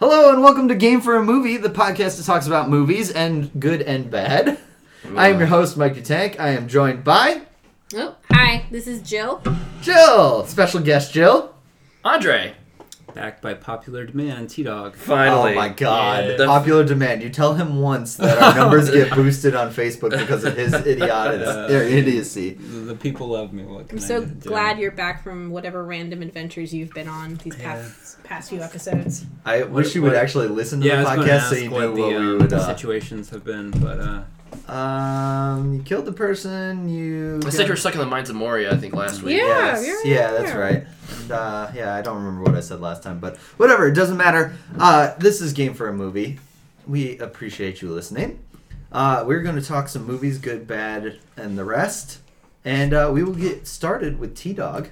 Hello and welcome to Game for a Movie, the podcast that talks about movies and good and bad. I am your host, Mike Dutank. I am joined by Oh, hi, this is Jill. Jill, special guest Jill. Andre. Backed by popular demand, T Dog. Finally. Oh my god. The- Popular demand. You tell him once that our numbers get boosted on Facebook because of his idiotic, er, idiocy. The people love me. What I'm can so I do? glad you're back from whatever random adventures you've been on these past past few episodes. I wish you would what- actually listen to Yeah, the I was going to podcast so ask you knew what the what we um, would. Uh, situations have been, but uh, um, you killed the person. You. I said you were stuck in the mines of Moria, I think, last week. Yeah. Yes. you're yeah, right that's there. right. And, uh, yeah, I don't remember what I said last time, but whatever, it doesn't matter. Uh, this is Game for a Movie. We appreciate you listening. Uh, we're going to talk some movies, good, bad, and the rest. And uh, we will get started with T Dog.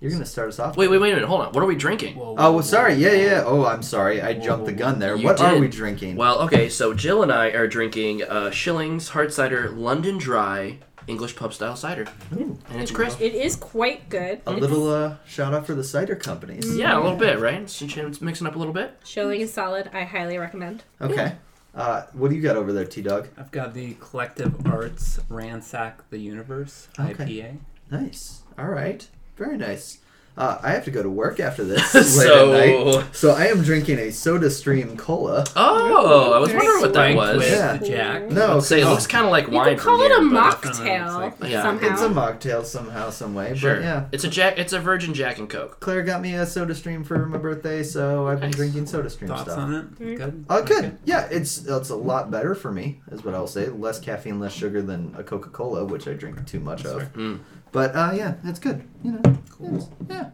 You're going to start us off. Wait, wait, wait a minute. Hold on. What are we drinking? Oh, well, sorry. Yeah, yeah. Oh, I'm sorry. I jumped the gun there. You what are did. we drinking? Well, okay, so Jill and I are drinking uh, Shillings Hard Cider London Dry English Pub Style Cider. Ooh, And it's crisp. It is quite good. a little uh, shout out for the cider companies. Yeah, a little bit, right? It's, it's mixing up a little bit. Shilling is solid. I highly recommend. Okay. Uh, what do you got over there, T Dog? I've got the Collective Arts Ransack the Universe Okay. IPA. Nice. All right. Very nice. Uh, I have to go to work after this late So- at night, so I am drinking a Soda Stream cola. Oh, I was Very wondering what that Ranked was. with Yeah. the Jack. No, I'd say it come looks on. kind of like You wine. could from call it here, a but- mocktail but- Yeah. somehow. It's a mocktail somehow, some way. Sure. But yeah, It's a Jack. It's a Virgin Jack and Coke. Claire got me a Soda Stream for my birthday, so I've been Nice. drinking Soda Stream Thoughts stuff. on it? Mm-hmm. Good. Oh, good. Okay. Yeah, it's it's a lot better for me, is what I'll say. Less caffeine, less sugar than a Coca Cola, which I drink too much of. Mm. But uh, yeah, it's good. You know, cool. Yeah.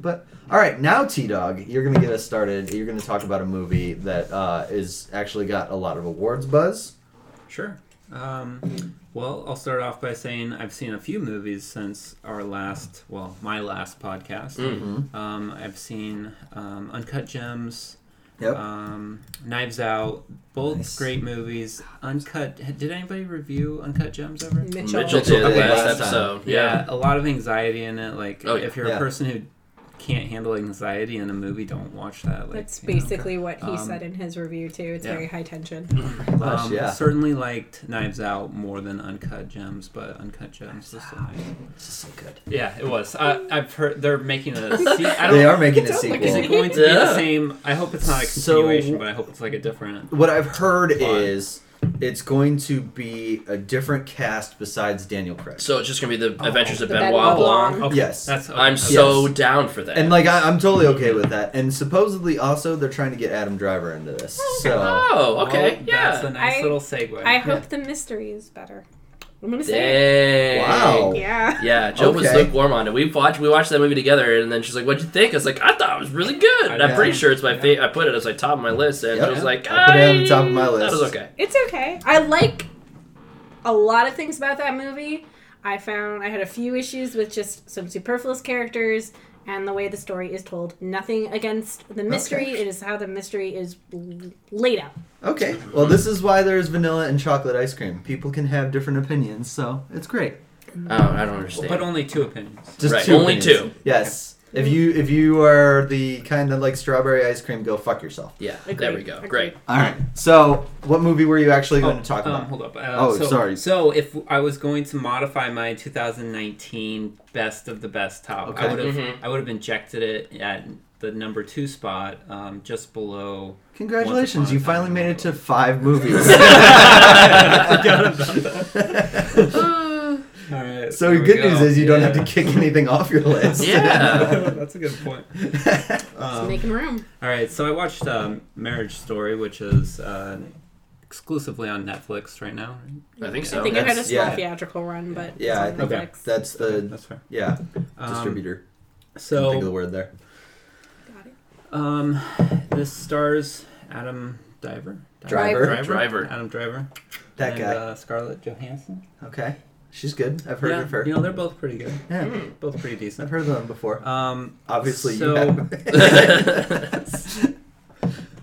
But all right, now T Dog, you're gonna get us started. You're gonna talk about a movie that uh, is actually got a lot of awards buzz. Sure. Um, well, I'll start off by saying I've seen a few movies since our last, well, my last podcast. Mm. Mm. Um, I've seen um, Uncut Gems, Yep. um, Knives Out, both Nice. great movies. Uncut. Did anybody review Uncut Gems ever? Mitchell. Mitchell did did last last time. episode. Yeah. Yeah, a lot of anxiety in it. Like, Oh, yeah. if you're Yeah. a person who can't handle anxiety in a movie, don't watch that. Like, That's you know. basically what he Um, said in his review too. It's yeah. very high tension. Gosh, Um, yeah. Certainly liked Knives Out more than Uncut Gems, but Uncut Gems was still nice. It's just so good. Yeah, it was. I, I've heard they're making a. Se- I don't They are making a It's sequel. only- Is it going to be Yeah. the same? I hope it's not a So- continuation, but I hope it's like a different. What I've heard Fine. is it's going to be a different cast besides Daniel Craig. So it's just gonna be the Adventures of Oh, The Benoit Benoit Blanc. Blanc. Okay, Yes. that's. Okay. I'm okay. so down for that. and like I, I'm totally okay with that. And supposedly also they're trying to get Adam Driver into this. So oh, okay, Well, yeah. That's a nice I- little segue. I hope the mystery is better. I'm gonna say. Dang. Wow. It. Yeah. Yeah, Jill was Okay. lukewarm on it. We watched we watched that movie together, and then she's like, "What'd you think?" I was like, "I thought it was really good." And I'm Yeah. pretty sure it's my favorite. I put it as like top of my list, and Yep. Jill's like, I put it on the top of my "I- list." That was okay. It's okay. I like a lot of things about that movie. I found I had a few issues with just some superfluous characters and the way the story is told. Nothing against the mystery. It is how the mystery is l- laid out. okay, well this is why there's vanilla and chocolate ice cream. People can have different opinions, so it's great. Oh, I don't understand. But only two opinions. Just Right. two Only opinions. two. Yes. If you if you are the kind of like strawberry ice cream, go fuck yourself. yeah, there Agreed. we go. Agreed. Great. All right. So, what movie were you actually going to talk um, about? Hold up. Uh, Oh, so, sorry. So if I was going to modify my 2019 best of the best top, Okay. I would have Mhm. I would have injected it at the number two spot, um, just below. Congratulations, you Once Upon a Time finally in made it to Hollywood. five movies. Uh, All right. so, the good news is you don't have to kick anything off your list. Yeah. That's a good point. Um, So making room. All right, so I watched um, Marriage Story, which is uh, exclusively on Netflix right now. I think so. I think it had a that's- small yeah. theatrical run, but Yeah, it's I on think- Netflix. That's the That's fair. yeah Um, distributor. Can't think of the So word there. Got it. um, this stars Adam Diver. Driver. Driver. Adam Driver. That and, guy. Uh, Scarlett Johansson. okay, she's good. I've heard yeah, of her. you know they're both pretty good. yeah, Both pretty I've decent. heard of them before. Um, Obviously, so- you have.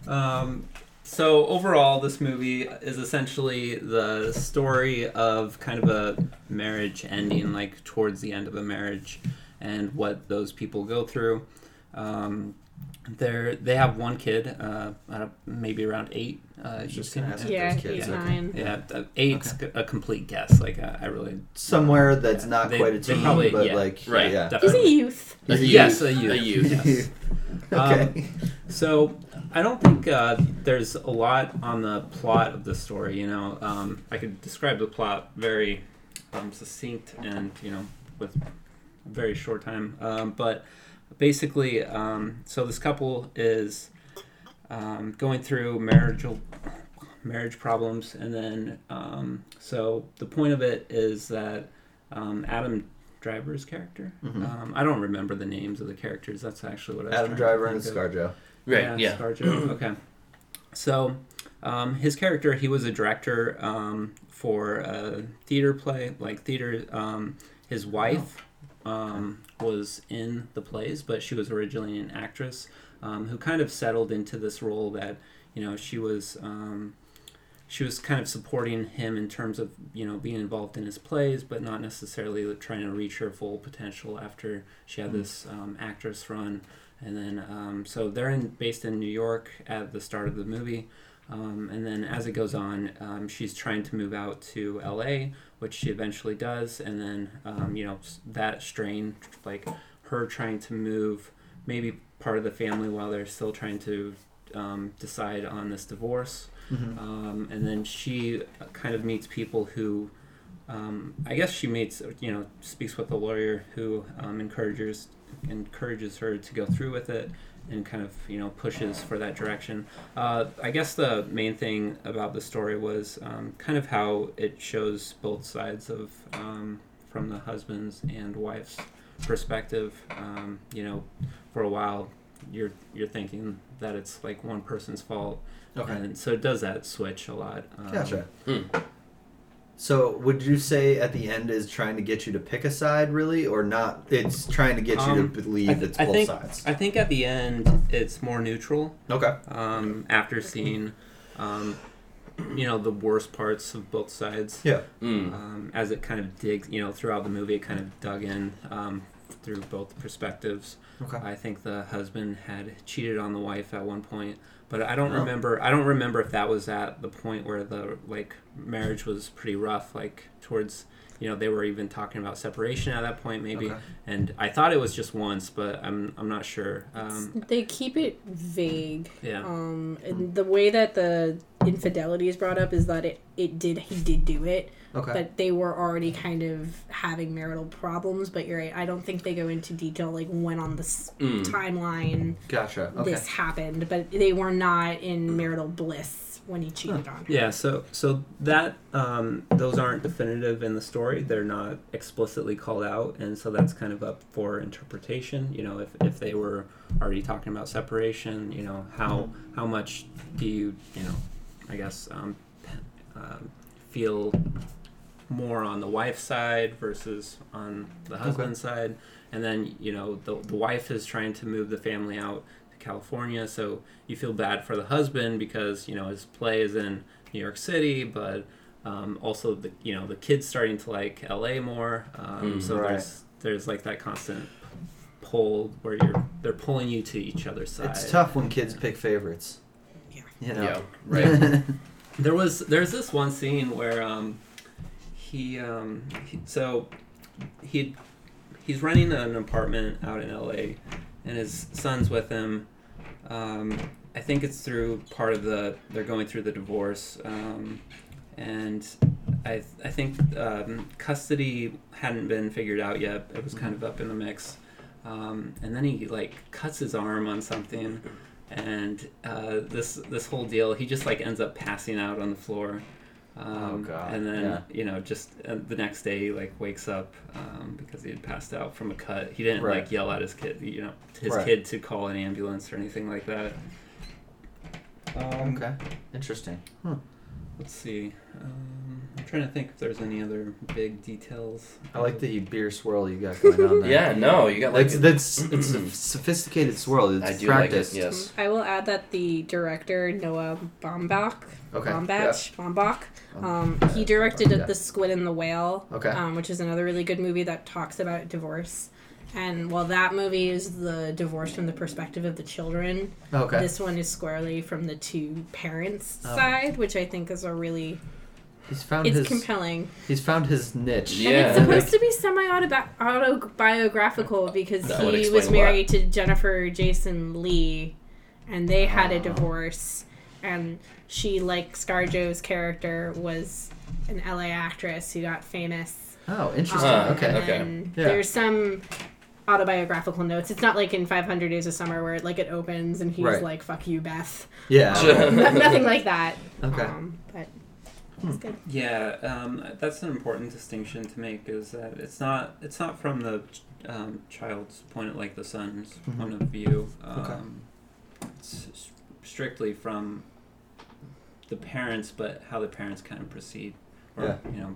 Um, so overall, this movie is essentially the story of kind of a marriage ending, like towards the end of a marriage, and what those people go through. Um, They're they have one kid, uh, I don't, maybe around eight. Uh, was just you've seen gonna it? ask. Yeah, Those kids, eight, okay. nine. yeah, th- eight's c- a complete guess. Like I, I really somewhere that's Yeah, not they- quite a they teen, probably- but yeah, like right, yeah. He's definitely. a youth. A youth. Yes, a youth. A youth. Yes. Um, okay. So I don't think uh, there's a lot on the plot of the story. You know, um, I could describe the plot very um, succinct and you know with very short time. Um, but basically, um, so this couple is um, going through marital marriage problems, and then um, so the point of it is that um, Adam. Driver's character. Mhm. Um, I don't remember the names of the characters. That's actually what I was Adam trying to Driver and think of. ScarJo. Right. Yeah. ScarJo. okay. So, um, his character, he was a director um, for a theater play, like theater. Um, his wife Oh. um, was in the plays, but she was originally an actress um, who kind of settled into this role that, you know, she was. Um, she was kind of supporting him in terms of you know being involved in his plays, but not necessarily trying to reach her full potential after she Hmm. had this um, actress run. And then um, so they're in, based in New York at the start of the movie. Um, and then as it goes on, um, she's trying to move out to LA, which she eventually does. And then um, you know s- that strain, like her trying to move, maybe part of the family while they're still trying to um, decide on this divorce. Um, and then she uh, kind of meets people who, um, I guess she meets, you know, speaks with a lawyer who um, encourages encourages her to go through with it and kind of you know pushes for that direction. Uh, I guess the main thing about the story was um, kind of how it shows both sides of um, from the husband's and wife's perspective. Um, you know, for a while you're you're thinking that it's like one person's fault Okay. and so it does that switch a lot. Um, Gotcha. Hmm. So would you say at the end is trying to get you to pick a side really or not? It's trying to get you Um, to believe I th- it's I both think- sides. I think at the end it's more neutral okay. um, after seeing, um, you know, the worst parts of both sides. Yeah. Mm. Um, as it kind of digs, you know, throughout the movie, it kind of dug in um, through both perspectives. Okay. I think the husband had cheated on the wife at one point, but I don't Oh. remember. I don't remember if that was at the point where the like marriage was pretty rough, like towards you know they were even talking about separation at that point, maybe. Okay. And I thought it was just once, but I'm I'm not sure. Um, They keep it vague. yeah. Um, and the way that the infidelity is brought up is that it, it did he did do it, Okay. but they were already kind of having marital problems. But you're right, I don't think they go into detail like when on the s Mm. timeline gotcha. Okay. this happened, but they were not in marital bliss when he cheated on her. Yeah, so so that um, those aren't definitive in the story. They're not explicitly called out, and so that's kind of up for interpretation. You know, if, if they were already talking about separation, you know, how how much do you you know, I guess um, um, feel more on the wife's side versus on the husband's side, and then you know the the wife is trying to move the family out to California, so you feel bad for the husband because you know his play is in New York City, but um, also the you know the kids starting to like L.A. more. Um, Mm, so right. there's there's like that constant pull where you're they're pulling you to each other's side. It's tough when kids pick favorites. Yeah. You know. Yeah. Right. There was there's this one scene where um, he um, he, so he he's renting an apartment out in L.A. and his son's with him. Um, I think it's through part of the they're going through the divorce, um, and I I think um, custody hadn't been figured out yet. It was kind of up in the mix, um, and then he like cuts his arm on something, and uh, this this whole deal he just like ends up passing out on the floor. Um, Oh, God. And then Yeah. you know just uh, the next day he, like wakes up um, because he had passed out from a cut. He didn't Right. like yell at his kid, you know, his Right. kid to call an ambulance or anything like that. Um, Okay. Interesting. Let's see. Um, I'm trying to think if there's any other big details. I like the beer swirl you got going on there. yeah. No. You got like. That's that's it's a sophisticated swirl. It's I do practiced. like it. Yes. I will add that the director Noah Baumbach, Okay, Baumbach, Baumbach, um, yeah, he directed yeah. The Squid and the Whale, Okay. um, which is another really good movie that talks about divorce. And while that movie is the divorce from the perspective of the children, Okay. this one is squarely from the two parents' Oh. side, which I think is a really he's found it's his compelling. he's found his niche. Yeah. and it's like- supposed to be semi autobiographical because That would he explain was married to Jennifer Jason Lee, and they had Ah. a divorce, and she, like ScarJo's character, was an LA actress who got famous Oh, interesting. Huh, okay. and okay. then Yeah. There's some autobiographical notes. It's not like in 500 Days of Summer where like it opens and he's Right. like "fuck you, Beth." Yeah. No- nothing like that. Okay. Hmm. Um, but it's good. Yeah, um, that's an important distinction to make is that it's not it's not from the um, child's point of, like the son's Mhm. point of view. Um, Okay. It's s- strictly from the parents, but how the parents kind of proceed, or Yeah. you know,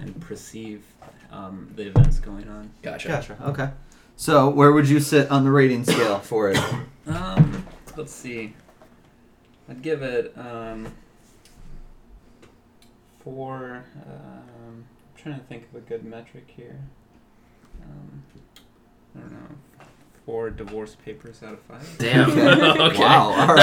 and perceive um, the events going on. Gotcha. Gotcha. Okay. So, where would you sit on the rating scale for it? Um, let's see. I'd give it um, four. Um, I'm trying to think of a good metric here. Um, I don't know. Four divorce papers out of five. Damn. okay. Wow, all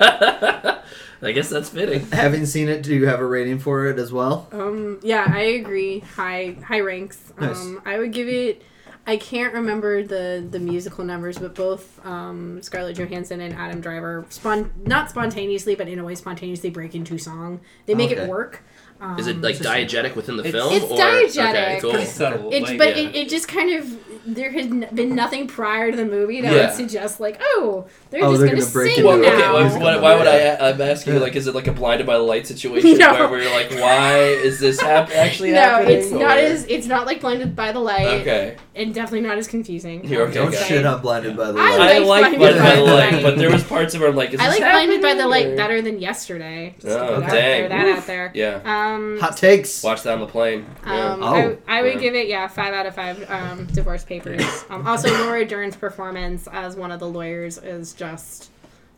right. I guess that's fitting. Having seen it, do you have a rating for it as well? Um, yeah, I agree. High high ranks. Nice. Um, I would give it. I can't remember the the musical numbers, but both um, Scarlett Johansson and Adam Driver spon not spontaneously, but in a way spontaneously break into song. They make Okay. it work. Um, Is it like diegetic within the It's- film? It's or, diegetic. Okay, cool. Pretty subtle. It, like, but yeah. it, it just kind of there had n- been nothing prior to the movie that Yeah. would suggest like oh they're Oh, just they're gonna, gonna break sing into Well, it. now. okay, Yeah. why, why, why would I? I'm asking you, like, is it like a blinded by the light situation No. where we're like, why is this hap- actually no, happening? it's not or- as it's not like blinded by the light, Okay. and definitely not as confusing. Here, okay, Don't got shit it. on Blinded by the I Light. I like blinded by the light, but there was parts of it I'm like, is I this like blinded by the happening, light or- better than yesterday. Just to Oh, put it out dang. there, that Oof. out there. Yeah. Um, Hot takes. Watch that on the plane. Yeah. Um, Oh. I, I would Yeah. give it, yeah, five out of five um, divorce papers. Um, also, Laura Dern's performance as one of the lawyers is just.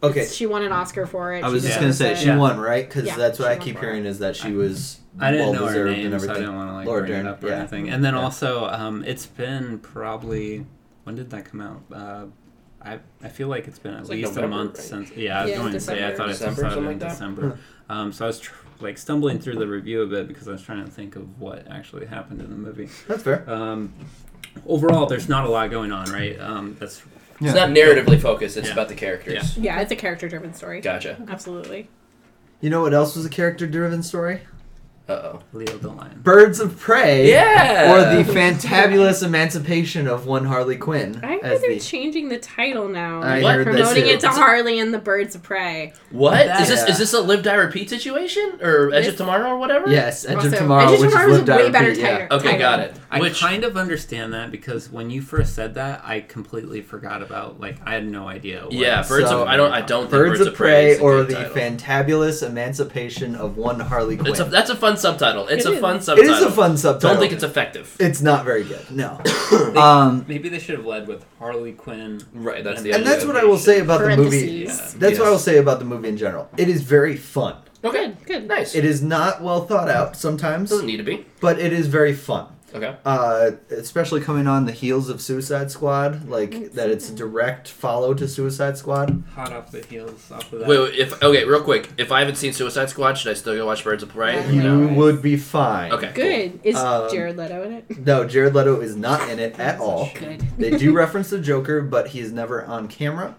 Okay. She won an Oscar for it. I was She just did. gonna say she Yeah. won, right? Because Yeah, that's what she I won keep for it. hearing is that she was I didn't well know her deserved name, and so I everything. didn't want to like Laura bring Dern, it up or yeah. anything. And then Yeah. also, um, it's been probably when did that come out? Uh, I I feel like it's been at It's like least a November, month right? since. Yeah, I was Yeah, going to say I December. thought it December, was out something in like that. December. Um, so I was tr- like stumbling through the review a bit because I was trying to think of what actually happened in the movie. That's fair. Um, overall, there's not a lot going on, right? Um, that's It's not narratively focused. It's Yeah. about the characters. Yeah, it's a character driven story. Gotcha. Absolutely. You know what else was a character-driven story? Uh oh. Leo the Lion. Birds of Prey. Yeah. Or the fantabulous emancipation of one Harley Quinn. I heard as they're the- changing the title now. I They're heard that promoting too. it to Harley and the Birds of Prey. what That- is this? Yeah. Is this a live die repeat situation or Edge of This- Tomorrow or whatever? yes, Edge Also, of Tomorrow, Edge of which Tomorrow is was lived a out way of better Pete, yeah. title. Okay, Title. got it. I Which kind of understand that because when you first said that, I completely forgot about like I had no idea. What yeah, birds So- of I don't I don't think Birds of Prey is a or good the title. fantabulous emancipation of one Harley Quinn. It's a, that's a fun subtitle. It's It a fun is. It subtitle. is a fun subtitle. Don't think it's effective. It's not very good. No. um, Maybe they should have led with Harley Quinn. Right. That's And the and idea. that's what I will say about the movie. Parentheses. That's what I will say about the movie in general. It is very fun. Okay. Good, good. Nice. It is not well thought out sometimes, doesn't need to be. but it is very fun. Okay. Uh, especially coming on the heels of Suicide Squad, like that it's a direct follow to Suicide Squad. Hot off the heels off of that. Wait, wait. If okay, real quick. If I haven't seen Suicide Squad, should I still go watch Birds of Prey? Yeah. You Nice. would be fine. Okay. Good. Is Um, Jared Leto in it? No, Jared Leto is not in it at all. Good. they do reference the Joker, but he is never on camera.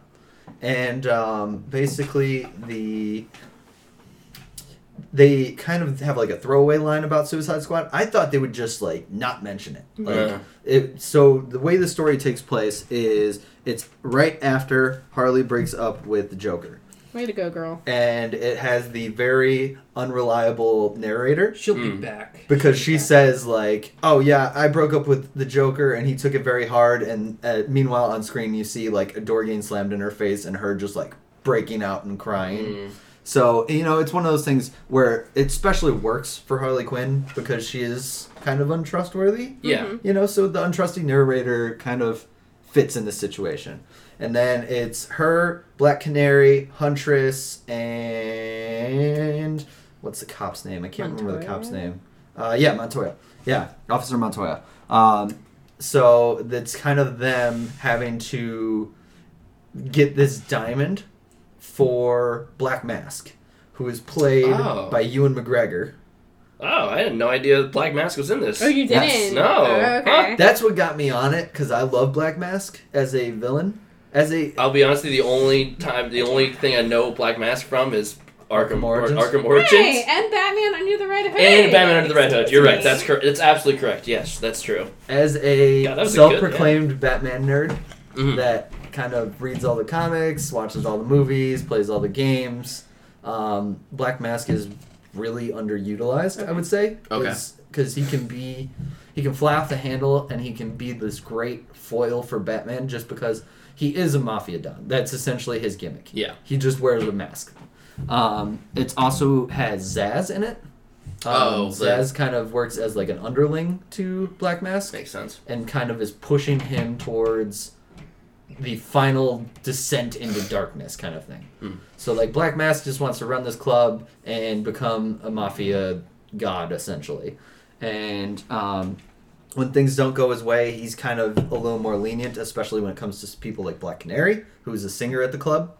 And um, basically, the they kind of have like a throwaway line about Suicide Squad. I thought they would just like not mention it. Like, Yeah. it, so the way the story takes place is it's right after Harley breaks up with the Joker, Way to go, girl. and it has the very unreliable narrator She'll Mm. be back. because She'll she be back. says like oh yeah i broke up with the joker and he took it very hard and uh, meanwhile on screen you see like a door getting slammed in her face and her just like breaking out and crying Mm. so you know it's one of those things where it especially works for harley quinn because she is kind of untrustworthy Yeah. Mhm. you know so the untrusty narrator kind of fits in this situation and then it's her black canary huntress and what's the cop's name i can't remember the Montoya? cop's name uh, yeah montoya yeah officer montoya um, So that's kind of them having to get this diamond for Black Mask, who is played Oh. by Ewan McGregor. Oh, I had no idea Black Mask was in this. Oh, you Yes. didn't? No. Oh, okay. That's what got me on it because I love Black Mask as a villain. As a I'll be honest with you, the only time, the only thing I know Black Mask from is Arkham, Arkham Origins. Origins. Arkham Origins. Hey, and Batman Under the Red Hood. And Batman Under the Red Hood. You're right. Yes. That's correct. That's absolutely correct. Yes, that's true. as a God, that was a good- self-proclaimed Batman nerd Mhm. that kind of reads all the comics, watches all the movies, plays all the games, um, Black Mask is really underutilized. I would say Okay. because he can be he can fly off the handle and he can be this great foil for Batman just because he is a mafia don. That's essentially his gimmick. Yeah. He just wears a mask. Um, it also has Zaz in it. Um, Oh, the- Zaz kind of works as like an underling to Black Mask Makes sense. and kind of is pushing him towards the final descent into darkness kind of thing. So like Black Mask just wants to run this club and become a mafia god essentially. And um, when things don't go his way, he's kind of a little more lenient, especially when it comes to people like Black Canary, who's a singer at the club.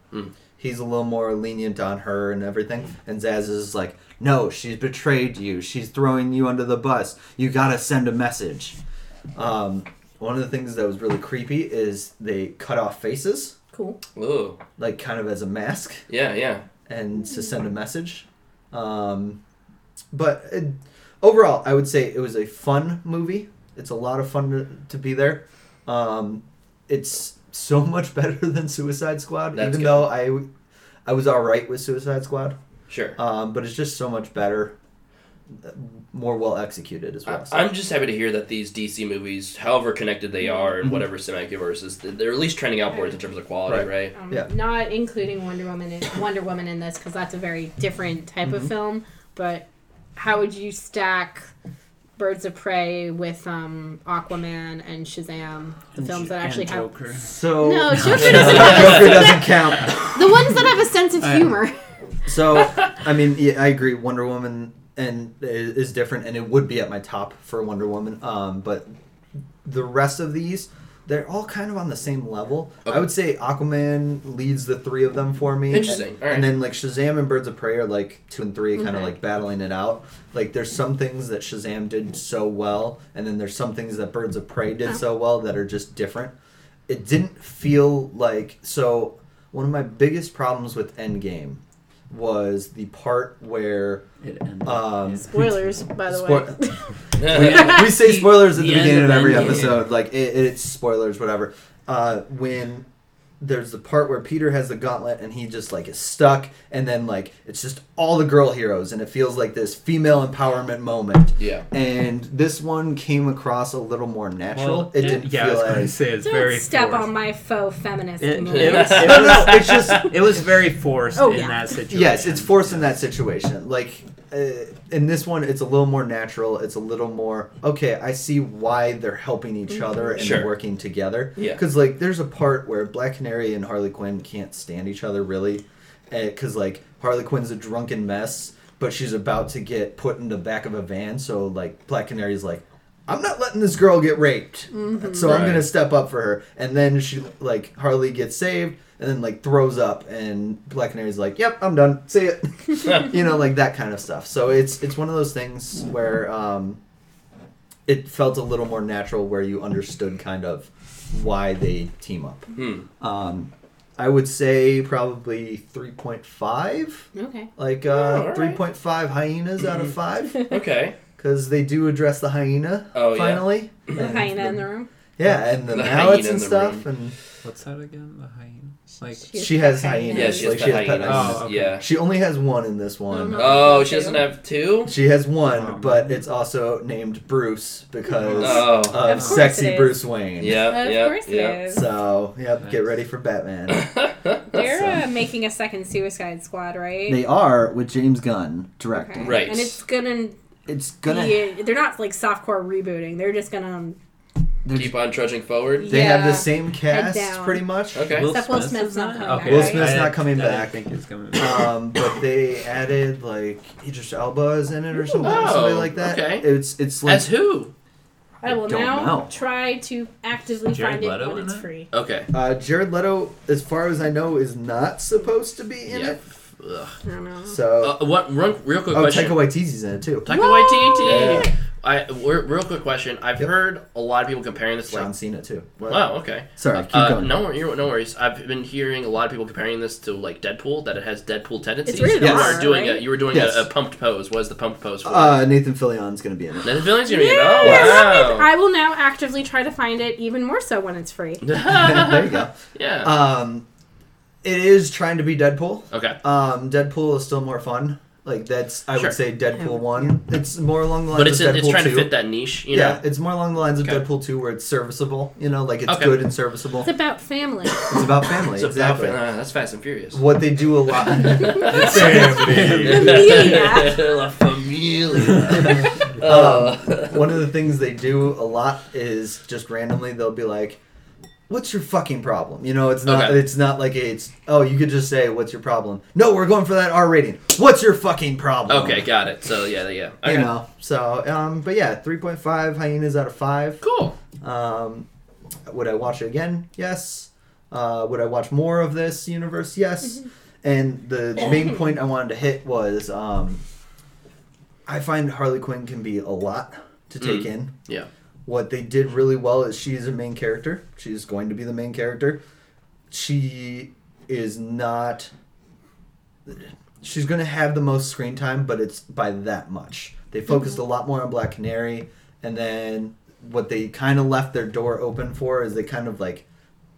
He's a little more lenient on her and everything. And Zaz is like, no, she's betrayed you. She's throwing you under the bus. You gotta send a message. Um, one of the things that was really creepy is they cut off faces, cool. Ooh. like kind of as a mask, Yeah, yeah. and to send a message. Um, but it, overall, I would say it was a fun movie. It's a lot of fun to, to be there. Um, it's so much better than Suicide Squad, That's even good. though I, I was all right with Suicide Squad. Sure. Um, but it's just so much better, uh, more well executed as well. I, I'm just happy to hear that these DC movies, however connected they Mm-hmm. are in whatever cinematic universe, is they're at least trending outwards in terms of quality, right? Um, Yeah. Not including Wonder Woman in, Wonder Woman in this because that's a very different type Mm-hmm. of film. But how would you stack Birds of Prey with um, Aquaman and Shazam, the And films J- that actually and have Joker. so No, Joker doesn't have Joker a- doesn't count. the ones that have a sense of I- humor? So, I mean, yeah, I agree. Wonder Woman and is is different, and it would be at my top for Wonder Woman. Um, but the rest of these, they're all kind of on the same level. I Okay. would say Aquaman leads the three of them for me. Interesting. And, All right. and then like Shazam and Birds of Prey are like two and three, kind of Okay. like battling it out. Like there's some things that Shazam did so well, and then there's some things that Birds of Prey did so well that are just different. It didn't feel like so. One of my biggest problems with Endgame was the part where It ended. Um, Spoilers, by the Spoil- way. we say spoilers at the, The end beginning of of every Endgame. episode. Like it, it's spoilers, whatever. Uh, when there's the part where Peter has the gauntlet and he just like is stuck, and then like it's just all the girl heroes, and it feels like this female empowerment moment. yeah. And this one came across a little more natural. Well, it didn't yeah, I feel was gonna as say it's Don't very step forced. on my faux feminist. It, movement. it was, No, it, no, no, was, it's just it was very forced Oh, in yeah. that situation. yes, it's forced in that situation. Like uh, in this one, it's a little more natural. It's a little more okay. I see why they're helping each other and Sure. working together. Yeah. because like there's a part where Black Canary and Harley Quinn can't stand each other really, because like Harley Quinn's a drunken mess, but she's about to get put in the back of a van. So like Black Canary's like. I'm not letting this girl get raped, so I'm Right. gonna step up for her. And then she like Harley gets saved, and then like throws up, and Black Canary's like, "Yep, I'm done. See it." you know, like that kind of stuff. So it's it's one of those things where um, it felt a little more natural, where you understood kind of why they team up. Hmm. Um, I would say probably three point five, Okay. like Oh, all uh, right. three point five hyenas out of five, Okay. because they do address the hyena Oh, yeah. finally. The and hyena in the- the room. yeah, and the, The mallets hyena and in the stuff, room. and What's that again? The hyena? Like, she has hyenas. Yeah, she has Like, the she has pet hyenas. hyenas. Oh, okay. Yeah. she only has one in this one. Mhm. Oh, she doesn't have two. She has one, Um, but it's also named Bruce because Oh. of Of course sexy it is. Bruce Wayne. Yeah. Of Uh, yeah. course yeah. it is. So, yep, get Nice. ready for Batman. They're uh, making a second Suicide Squad, right? they are with James Gunn Okay. directing. Right. And it's gonna, It's gonna be, they're not like softcore rebooting. They're just gonna, um, they're- Keep on trudging forward. they have the Yeah. same cast down. pretty much. Okay. Except Will Smith's is not coming back, Will Smith's I- not coming I didn't back. think he's coming back. Um, but they added like Idris Elba is in it or something, Oh, somebody like that. okay. It's it's like As who? I will don't now know. try to actively Jared find it Leto when in it's it? free. Okay. Uh, Jared Leto, as far as I know, is not supposed to be in Yeah. it. Ugh. I don't know. So, Uh, what? Run, real quick oh, question. Taika Waititi's in it too. Taika What? Waititi. Yeah. I re- real quick question. I've Yep. heard a lot of people comparing this. John Like, Cena too. What? wow. Okay. Sorry, keep Uh, going. no, wor- you're- no worries. I've been hearing a lot of people comparing this to like Deadpool, that it has Deadpool tendencies. rated You R, were doing a right? you were doing Yes. a, a pumped pose. What is the pumped pose for? Uh, Nathan Fillion's gonna be in it. then the villain's gonna Yay, be I oh love wow. it. I will now actively try to find it even more so when it's free. there you go. yeah. Um, it is trying to be Deadpool. okay. Um, Deadpool is still more fun. Like that's I Sure. would say Deadpool one. It's more along the lines But it's of Deadpool it's trying two. to fit that niche, you yeah, know. it's more along the lines of Okay. Deadpool two where it's serviceable. You know, like it's Okay. good and serviceable. It's about family. It's about family. It's about- exactly. uh, that's Fast and Furious. What they do a lot. Familia. La familia. Um, one of the things they do a lot is just randomly they'll be like, "What's your fucking problem?" You know, it's not Okay. it's not like it's oh you could just say what's your problem. No, we're going for that R rating. What's your fucking problem? okay, got it. So yeah, yeah. Okay. You know, so um, but yeah, three point five hyenas out of five. Cool. Um, would I watch it again? Yes. Uh, would I watch more of this universe? Yes. And the main point I wanted to hit was um, I find Harley Quinn can be a lot to take Mm. in. Yeah. What they did really well is she's a main character. She's going to be the main character. She is not. She's going to have the most screen time, but it's by that much. They focused a lot more on Black Canary, and then what they kind of left their door open for is they kind of like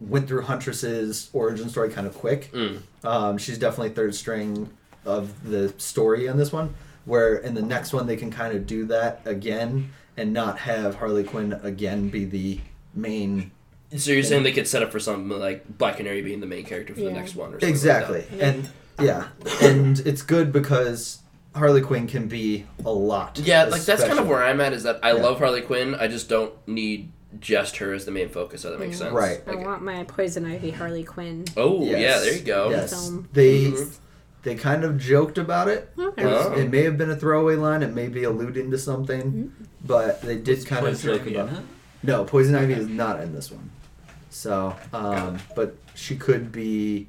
went through Huntress's origin story kind of quick. Mm. Um, she's definitely third string of the story on this one. Where in the next one they can kind of do that again and not have Harley Quinn again be the main. So you're saying they could set up for something like Black Canary being the main character for the Yeah. next one, or something Exactly, Like and yeah, and it's good because Harley Quinn can be a lot. that. Yeah, like that's kind of especially- where I'm at. Is that I Yeah. love Harley Quinn. I just don't need just her as the main focus. So that makes sense, Right. I Like, want my poison ivy Harley Quinn. oh yeah, Yes. there you go. Yes, Film. they Mhm. they kind of joked about it. Okay. It, was- Oh. it may have been a throwaway line. It may be alluding to something, Mm-hmm. but they did kind Poison of joke Ivy about in it? No, Poison Ivy is not in this one. So, um, but she could be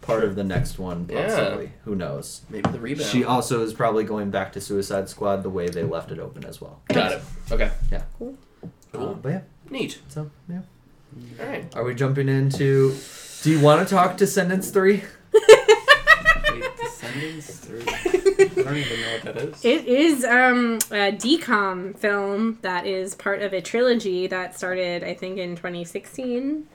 part of the next one, Yeah. possibly. Who knows? Maybe the rebound. She also is probably going back to Suicide Squad the way they left it open as well. Got it. Okay. Yeah. Cool. Uh, Cool. but yeah, Neat. so, yeah. All right. Are we jumping into. Do you want to talk Descendants 3? Wait, Descendants three. I don't even know what that is. It is um, a DCOM film that is part of a trilogy that started, I think, in 2016.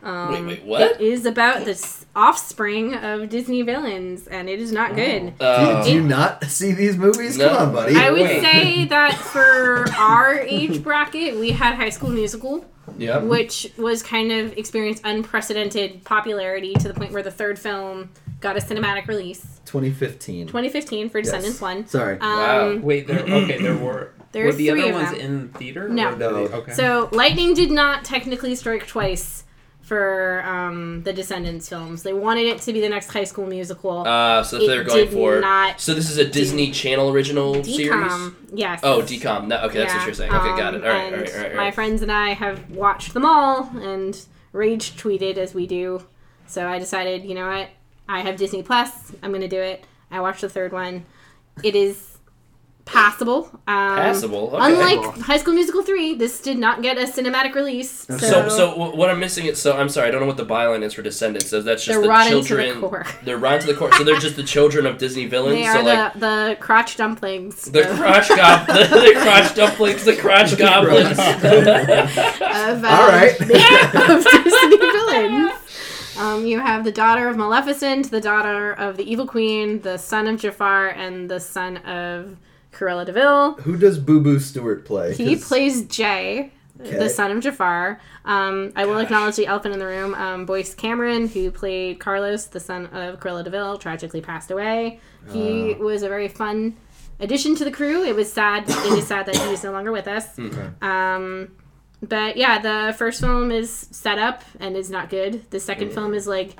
Um, Wait, wait, what? It is about the s- offspring of Disney villains, and it is Oh. not good. Uh, do, you not see these movies? No. Come on, buddy. I would Wait. say that for our age bracket, we had High School Musical, yeah. which was kind of experienced unprecedented popularity to the point where the third film got a cinematic release, 2015. 2015 for Yes. Descendants One. Sorry. Wow. Um, Wait, there. Okay, there were. There were are the three other of ones them. in theater? No. Or were they- No. Okay. So lightning did not technically strike twice for um, the Descendants films. They wanted it to be the next High School Musical. Uh, so that's what It they're going did for. not so this is a Disney Channel original DCOM, series. yes. Oh, decom. No, okay, that's Yeah, what you're saying. Okay, got um, it. All right, and all right, all right. All My right. friends and I have watched them all and rage tweeted as we do. So I decided, you know what? I have Disney Plus. I'm gonna do it. I watched the third one. It is passable. Um, Passable. Okay. Unlike High School Musical three, this did not get a cinematic release. So, So, so wh- what I'm missing is so I'm sorry I don't know what the byline is for Descendants. So that's just They're the rotten to the children. core. They're rotten to the core. So they're just the children of Disney villains. they so are like the, the crotch dumplings. the of- crotch gob, the, the crotch dumplings, the crotch goblins. of uh, All right. of Disney villains. Um, you have the daughter of Maleficent, the daughter of the Evil Queen, the son of Jafar, and the son of Cruella Deville. Who does Boo Boo Stewart play? He 'Cause- plays Jay, Okay. the son of Jafar. Um, I will Gosh. acknowledge the elephant in the room, um, Boyce Cameron, who played Carlos, the son of Cruella Deville, tragically passed away. He Uh. was a very fun addition to the crew. It was sad. it is sad that he is no longer with us. Um, but yeah, the first film is set up and is not good. The second film is like,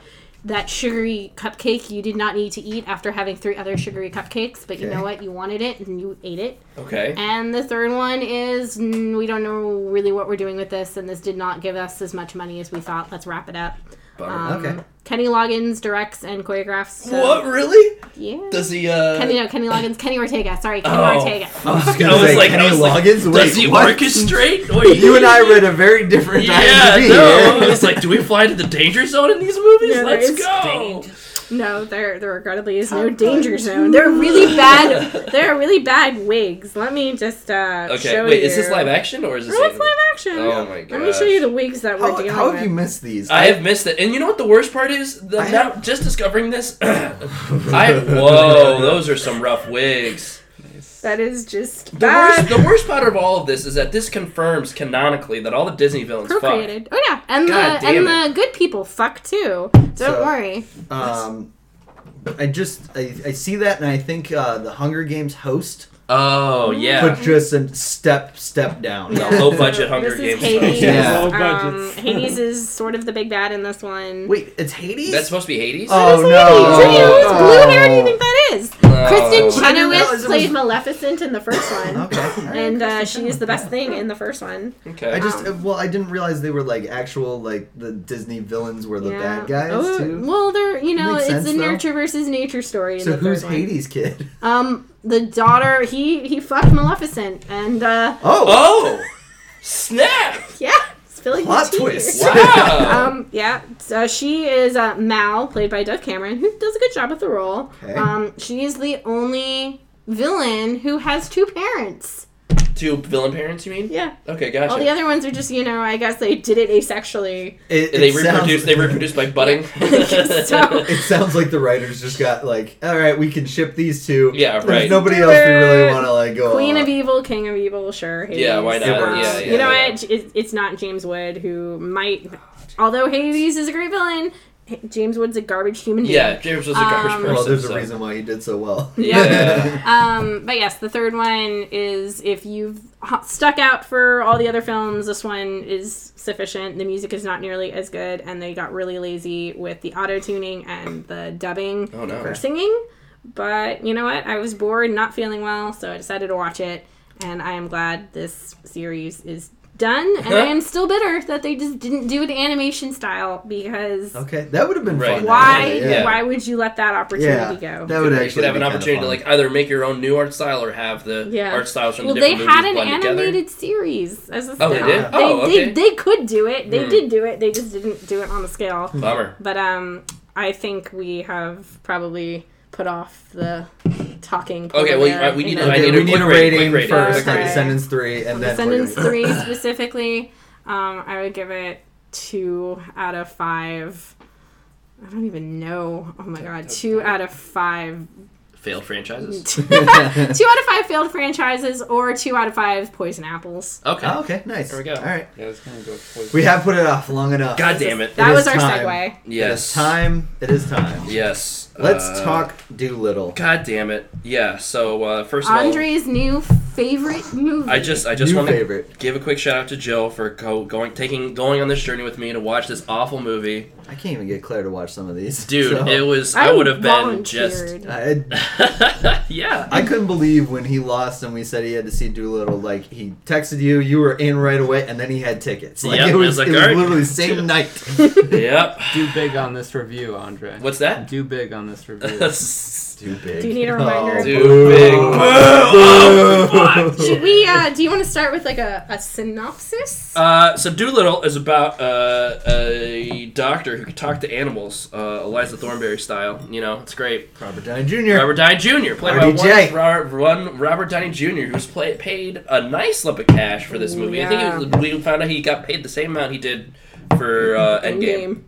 that sugary cupcake you did not need to eat after having three other sugary cupcakes, but you Okay. know what? You wanted it and you ate it. Okay. And the third one is mm, we don't know really what we're doing with this, and this did not give us as much money as we thought. Let's wrap it up. Bummer. Um, Okay. Kenny Loggins directs and choreographs. So, what really? Yeah. Does he? uh... Kenny, no, Kenny Loggins, Kenny Ortega. Sorry, Kenny Oh. Ortega. I was, I was like, Kenny I was like, Loggins. does Wait, he what? orchestrate? Wait. You and I read a very different Yeah, IMDb. no. yeah. It's like, do we fly to the danger zone in these movies? Yeah, there Let's is go. No, there, there regrettably is no danger zone. They're really bad. They're really bad wigs. Let me just uh, Okay, show wait, you. is this live action or is this? Oh, it's live action. Oh my Let me show gosh. you the wigs that we're How, dealing how with. have you missed these? I have missed it, and you know what the worst part is? The, I now, just discovering this. I whoa, those are some rough wigs. That is just The worst, bad. the worst part of all of this is that this confirms canonically that all the Disney villains fuck. Appropriated. Oh yeah, and God the and damn the good people fuck too. Don't So- worry. Um, I just I, I see that, and I think uh, the Hunger Games host Oh yeah, put just a step step down. The low budget Hunger this Games. is show. Hades. Yeah. Low Um, budgets. Hades is sort of the big bad in this one. Wait, it's Hades. That's supposed to be Hades. oh no! Oh. blue hair? Do you think that is? No. Kristen But I didn't realize it Chenoweth was- played Maleficent in the first one, Oh, Okay. all right. and uh, she is the best thing in the first one. Okay. I just Um, well, I didn't realize they were like actual like the Disney villains were the Yeah. bad guys Oh, too. Well, they're you know Makes it's sense, a though. nurture versus nature story. In So the who's third one. Hades kid? Um, the daughter he he fucked Maleficent, and uh, Oh, oh, snap! yeah, spilling the plot tea here. twist. Oh! Wow. Um, yeah, so she is uh, Mal, played by Doug Cameron, who does a good job with the role. Okay. Um, she is the only villain who has two parents. Two villain parents, you mean? Oh, Yeah. Okay, gotcha. All the other ones are just, you know, I guess they did it asexually. It- And they it sounds- reproduce. They reproduce by butting. So- It sounds like the writers just got like, all right, we can ship these two. Yeah, There's right. nobody else we really Dude. want to like go. Queen on. of Evil, King of Evil, sure. Hades. Yeah, why not? Um, Yeah, you yeah, know yeah. what? It, it's not James Wood who might, although Hades is a great villain, H- James Wood's a garbage human being. yeah, James was a garbage Um, person. Well, there's so- a reason why he did so well. Yeah. Um, but yes, the third one is if you've h- stuck out for all the other films, this one is sufficient. The music is not nearly as good, and they got really lazy with the auto tuning and the dubbing Oh no. for singing. But you know what? I was bored, not feeling well, so I decided to watch it, and I am glad this series is done. And I am still bitter that they just didn't do it animation style because Okay, that would have been Right. fun. why? actually, Yeah. Why would you let that Yeah, opportunity go? that would you actually should have an be kinda opportunity to fun. like either make your own new art style or have the Yeah. art styles from Well, the they different had an movies blend together. animated series as a Oh, they spin-off. did? Oh, they, okay. they, they could do it. They Hmm. did do it. They just didn't do it on the scale. Bummer. But um, I think we have probably put off the talking. Okay, well, Polar I- we in need the- I Okay, need a we need quick a rating, rating, quick rating, first, quick like rating. sentence three, and then we're sentence gonna- three specifically. Um, I would give it two out of five. I don't even know. Oh my god, two out of five. Failed franchises. two out of five failed franchises, or two out of five poison apples. Okay. Oh, okay, nice. There we go. All right, Yeah, I was gonna go with poison. we have put it off long enough. God damn it. That It was is our time. segue. It is Yes. time. It is time. Yes. Let's Uh, talk Doolittle. God damn it. Yeah. So uh, first of all, Andre's new favorite movie. I just I just New want to favorite. give a quick shout out to Jill for go, going taking going on this journey with me to watch this awful movie. I can't even get Claire to watch some of these, Dude, so- it was I would have been just volunteered. I, yeah. I couldn't believe when he lost and we said he had to see Doolittle. Like he texted you, you were in right away, and then he had tickets. Like Yep, it I was, was like, it was "All right." literally the same night. yep. Do big on this review, Andre. What's that? Do big on this review. Too big. Do you need a reminder? Too boo. big. Boo. Oh, Fuck. Should we? Uh, do you want to start with like a, a synopsis? Uh, so Doolittle is about uh, a doctor who can talk to animals, uh, Eliza Thornberry style. You know, it's great. Robert Downey Jr. Robert Downey Jr. played RDJ. by one, Ro- one Robert Downey Jr. who's play, paid a nice lump of cash for this movie. I think it was, we found out he got paid the same amount he did for uh, Endgame. Endgame.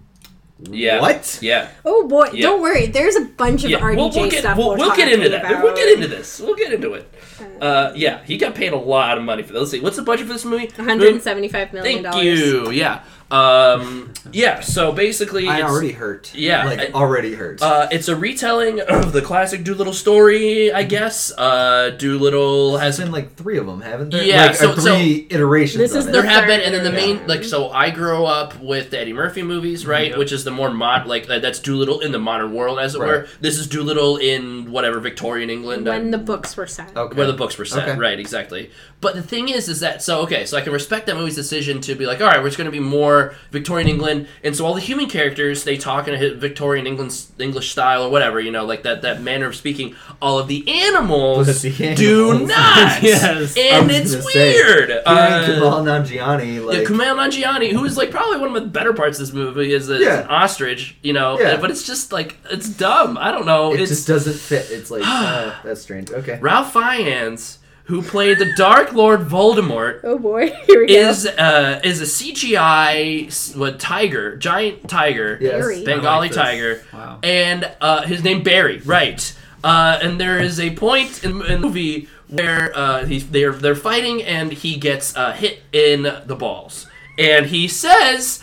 Yeah. What? Yeah. Oh boy! Yeah. Don't worry. There's a bunch of yeah. RDJ We'll, we'll get stuff. we'll, we're we'll get talking into that. about. We'll get into this. We'll get into it. Uh, yeah, he got paid a lot of money for this. Let's see, what's the budget for this movie? 175 Thank million dollars. you. Yeah. Um, yeah. So basically, I it's, already hurt. yeah, like I- already hurt. Uh, it's a retelling of the classic Doolittle story, I guess. Uh, Doolittle There's has been like three of them, haven't there? Yeah, like, so- or three iterations. This of is it. there the have been, third. and then the Yeah. main like so. I grew up with the Eddie Murphy movies, Mm-hmm. right? Yeah. Which is the more mod like uh, that's Doolittle in the modern world, as it Right. were. This is Doolittle in whatever Victorian England, uh, When the books were signed. okay. where the books were set, Okay. right? Exactly. But the thing is, is that so okay? So I can respect that movie's decision to be like, all right, we're just going to be more Victorian England, and so all the human characters they talk in a hi- Victorian England English style or whatever, you know, like that that manner of speaking. All of the animals, But the do animals- not, Yes. I and was it's gonna say, weird. Hearing Uh, Kumail Nanjiani, like yeah, Kumail Nanjiani, who is like probably one of the better parts of this movie, is that Yeah. it's an ostrich, you know. Yeah. But it's just like it's dumb. I don't know. it it's just doesn't fit. It's like uh, that's strange. Okay. Ralph Fiennes, who played the Dark Lord Voldemort, Oh boy, here we is uh, is a CGI s- what tiger, giant tiger, Yes. Eerie. I Bengali this. tiger, Wow. and uh, his name Barry, right? Uh, and there is a point in, in the movie where uh, he, they're they're fighting and he gets uh, hit in the balls, and he says,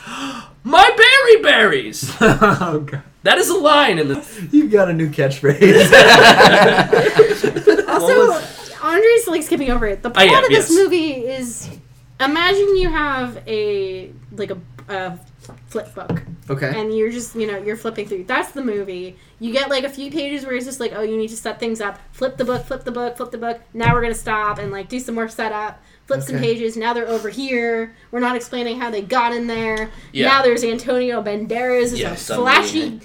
"My berry berries." oh god. That is a line in the. You've got a new catchphrase. go. Also, Andre's like skipping over it. The I am, plot of this yes. movie is imagine you have a like a, a flip book okay. and you're just you know you're flipping through that's the movie you get like a few pages where it's just like oh you need to set things up flip the book flip the book flip the book now we're gonna stop and like do some more setup flip some Okay. pages now they're over here we're not explaining how they got in there Yeah. now there's antonio banderas as Yeah, a suddenly- flashy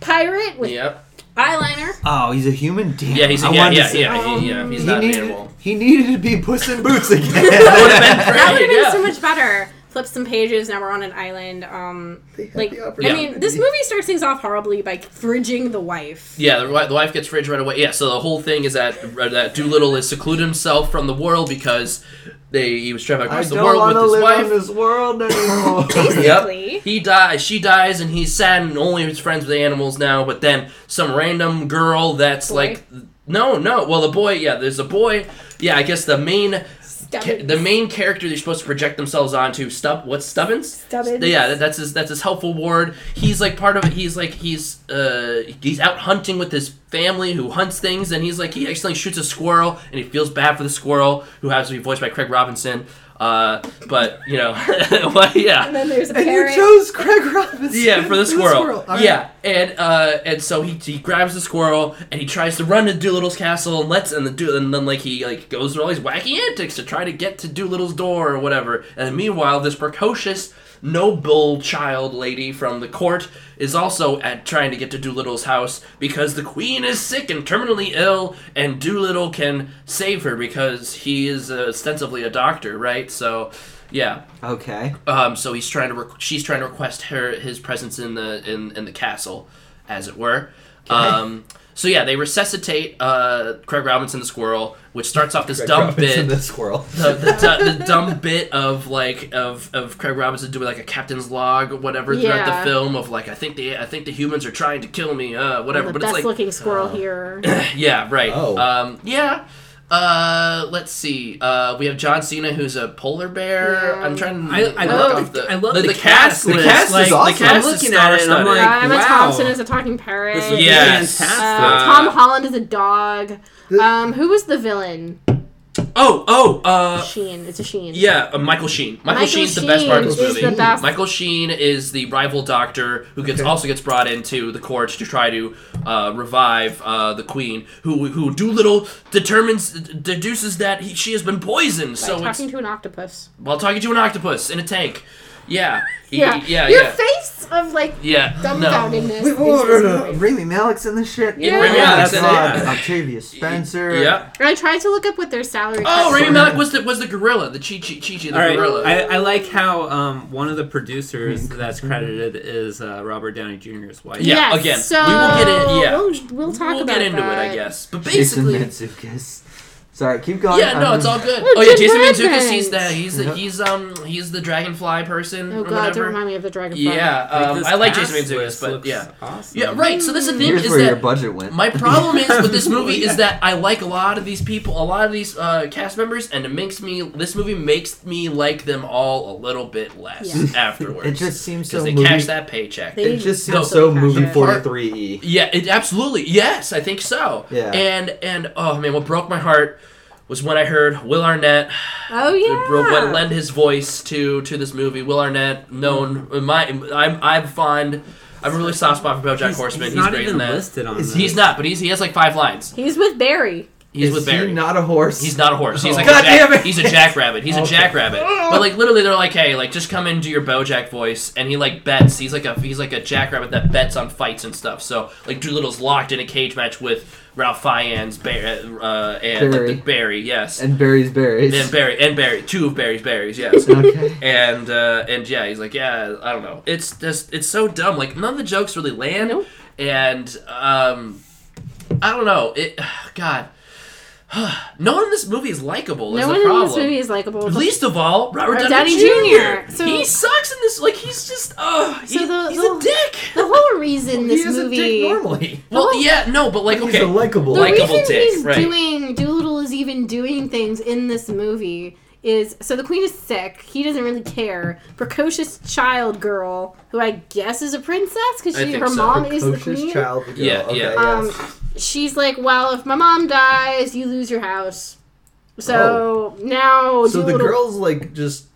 pirate with Yep. eyeliner Oh, he's a human. Damn. Yeah, he's I yeah, wanted to yeah, say- oh, yeah, he- yeah, He's he not an needed, animal. He needed to be Puss in Boots again. would've been great. that would have been yeah. so much better flip some pages now we're on an island um They had like the i opportunity. mean this movie starts things off horribly by fridging the wife Yeah, the, wi- the wife gets fridged right away. Yeah, so the whole thing is that uh, that Doolittle is secluded himself from the world because they he was traveling I across the don't world want to with his live in wife. this world anymore. Basically. Yep. He dies. She dies, and he's sad and only is friends with animals now. But then some random girl that's Boy. like, no, no. Well, the boy, yeah, there's a boy. Yeah, I guess the main ca- Stubbins. the main character they're supposed to project themselves onto. Stub what's Stubbins? Stubbins. Yeah, that, that's his that's his helpful ward. He's like part of it. He's like he's uh he's out hunting with his family who hunts things, and he's like he accidentally shoots a squirrel, and he feels bad for the squirrel who happens to be voiced by Craig Robinson. Uh, but you know, well, yeah. and then there's a and you parrot chose Craig Robinson. Yeah, for the squirrel. Alright. Yeah, and uh, and so he, he grabs the squirrel and he tries to run to Doolittle's castle and lets and the do and then like he like goes through all these wacky antics to try to get to Doolittle's door or whatever. And meanwhile, this precocious noble child lady from the court is also at trying to get to Doolittle's house because the queen is sick and terminally ill, and Doolittle can save her because he is uh, ostensibly a doctor, right? So, yeah. Okay. Um, so he's trying to requ she's trying to request her his presence in the in, in the castle, as it were. Um, so yeah, they resuscitate uh, Craig Robinson the squirrel, which starts off this Craig dumb Robinson, bit. the squirrel. The, the, du- the dumb bit of like of, of Craig Robinson doing like a captain's log or whatever throughout Yeah. the film of like I think the I think the humans are trying to kill me uh whatever the but best it's like uh, looking squirrel here yeah, right. Oh. Um, yeah. Uh, let's see. Uh, we have John Cena, who's a polar bear. Yeah. I'm trying to. I- I look love off the- I love the cast The list. cast Like, is awesome. The cast I'm is looking at it and I'm star-studded. like, uh, Emma wow. Thompson is a talking parrot This is Yes. Uh, fantastic. Tom Holland is a dog. The- Um, who was the villain? oh, oh, uh, Sheen. It's a Sheen. yeah, uh, Michael Sheen. Michael, Michael Sheen's the best Sheen part of this is movie. the best. Michael Sheen is the rival doctor who gets Okay. also gets brought into the court to try to uh, revive uh, the queen, who who Doolittle determines deduces that he, she has been poisoned. By so it's talking to an octopus. while talking to an octopus in a tank. Yeah, He- yeah, Your yeah. face of like Yeah. No. dumbfoundedness. We've is just ordered a amazing. Rami Malek's in this shit. Yeah. Rami Malek's that's in it. odd. Octavia Spencer. Yeah. I tried to look up what their salary. Oh, cuts Rami were. Malek was the was the gorilla, the Chi Chi Chi Chi, the All right. gorilla. I, I like how um, one of the producers that's credited is uh, Robert Downey Jr.'s wife. Yeah. Yes, again, So we will get in- yeah. We'll, we'll talk we'll about get into that. it, I guess. But Jason basically, Mantzoukas. Sorry, Uh-huh. keep going. Yeah, no, I'm- it's all good. Oh, Oh yeah, Jim Jason Mantzoukas, he's the Redmond. he's the Yep. he's um he's the dragonfly person Oh or god, don't whatever. remind me of the dragonfly. Yeah, um, this I like cast Jason Mantzoukas, list but looks yeah, awesome. yeah, right. So that's the thing Mm-hmm. Here's is where your that budget went. my problem is with this movie Yeah. is that I like a lot of these people, a lot of these uh, cast members, and it makes me this movie makes me like them all a little bit less Yeah. afterwards. it just seems because so they movie. cash that paycheck. They- it just No. seems so Cash movie it. forty three e. Yeah, it absolutely. Yes, I think so. Yeah. And and oh man, what broke my heart was when I heard Will Arnett Oh yeah. bro- what lend his voice to to this movie. Will Arnett, known my I'm I'm fond. I'm a really soft spot for BoJack he's, Horseman. He's, he's not great even in that. listed on Is this. he- He's not, but he's he has like five lines. He's with Barry. He's Is with Barry. He not a horse. He's not a horse. He's like God a jack- damn it. He's a jackrabbit. He's a Okay. jackrabbit. But like literally, they're like, hey, like just come and do your BoJack voice, and he like bets. He's like a he's like a jackrabbit that bets on fights and stuff. So like Doolittle's locked in a cage match with Ralph Fiennes, Bear, uh, and Barry. Barry. Barry, yes, and, and Barry's berries. Barry and Barry, two of Barry's berries, yes. okay. and uh, and yeah, he's like, yeah, I don't know. It's just it's so dumb. Like none of the jokes really land, Nope. and um, I don't know. It God, no one in this movie is likable. is No the one problem. in this movie is likable. Least of all, Robert Robert Downey, Downey Jr. Jr.. So- he sucks in this. Like he's just, oh, So the- he's the- a dick. the whole reason He this is a movie. dick normally. Well, whole- yeah, no, but like, He's a okay, likable. the Like- likable reason dick, he's right. doing Doolittle is even doing things in this movie is so the queen is sick. He doesn't really care. Precocious child girl who I guess is a princess because I think her so. mom is the Precocious queen. child. Girl. Yeah, okay, yeah. Um, she's like, well, if my mom dies, you lose your house. So now Oh. So the Doolittle- girl's like just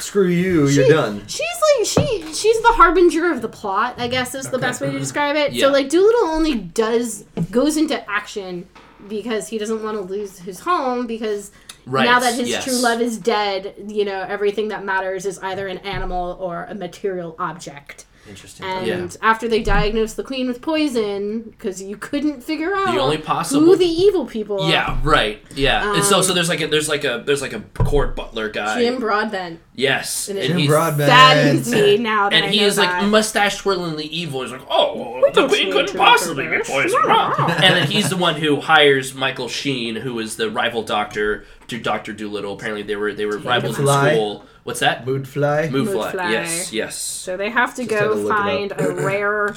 screw you. She- you're done. She's like she she's the harbinger of the plot, I guess is the Okay. best way to describe it. Mm-hmm. Yeah. So like Doolittle only does goes into action because he doesn't want to lose his home because right. now that his yes. true love is dead, you know, everything that matters is either an animal or a material object. Interesting. And Yeah. after they diagnosed the queen with poison, because you couldn't figure out the only possible who the evil people are. Yeah, right. Yeah. and so Um, so there's like a there's like a there's like a court butler guy. Jim Broadbent. yes. And And, it- Jim he's Broadbent. Saddens me now that and I he know is that. like mustache twirlingly evil. He's like, oh, We the don't queen need couldn't to possibly be interfere. poisoned. No. and then he's the one who hires Michael Sheen, who is the rival doctor to Doctor Doolittle. Apparently they were they were rivals in Fly. school. What's that? Mood fly. Moonfly. Moonfly. Yes, yes. So they have to Just had to go look it find up. a rare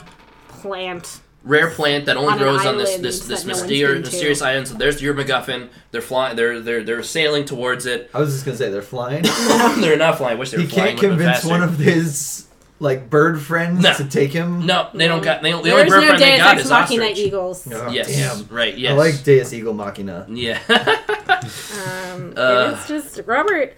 plant. Rare plant that only On an grows on this island this this that no one's mysterious been to. mysterious island. So there's your MacGuffin. They're flying. They're they're they're sailing towards it. I was just gonna say they're flying. they're not flying. I wish they were he flying. can't would've been convince faster. one of his like bird friends No. to take him. No, they don't got. They don't, the There only is bird no friend they Deus got Ex is Machina ostrich. Eagles. Oh, Yes. Damn. Right. Yes. I like Deus Eagle Machina. Yeah. Um, Uh. and it's just Robert.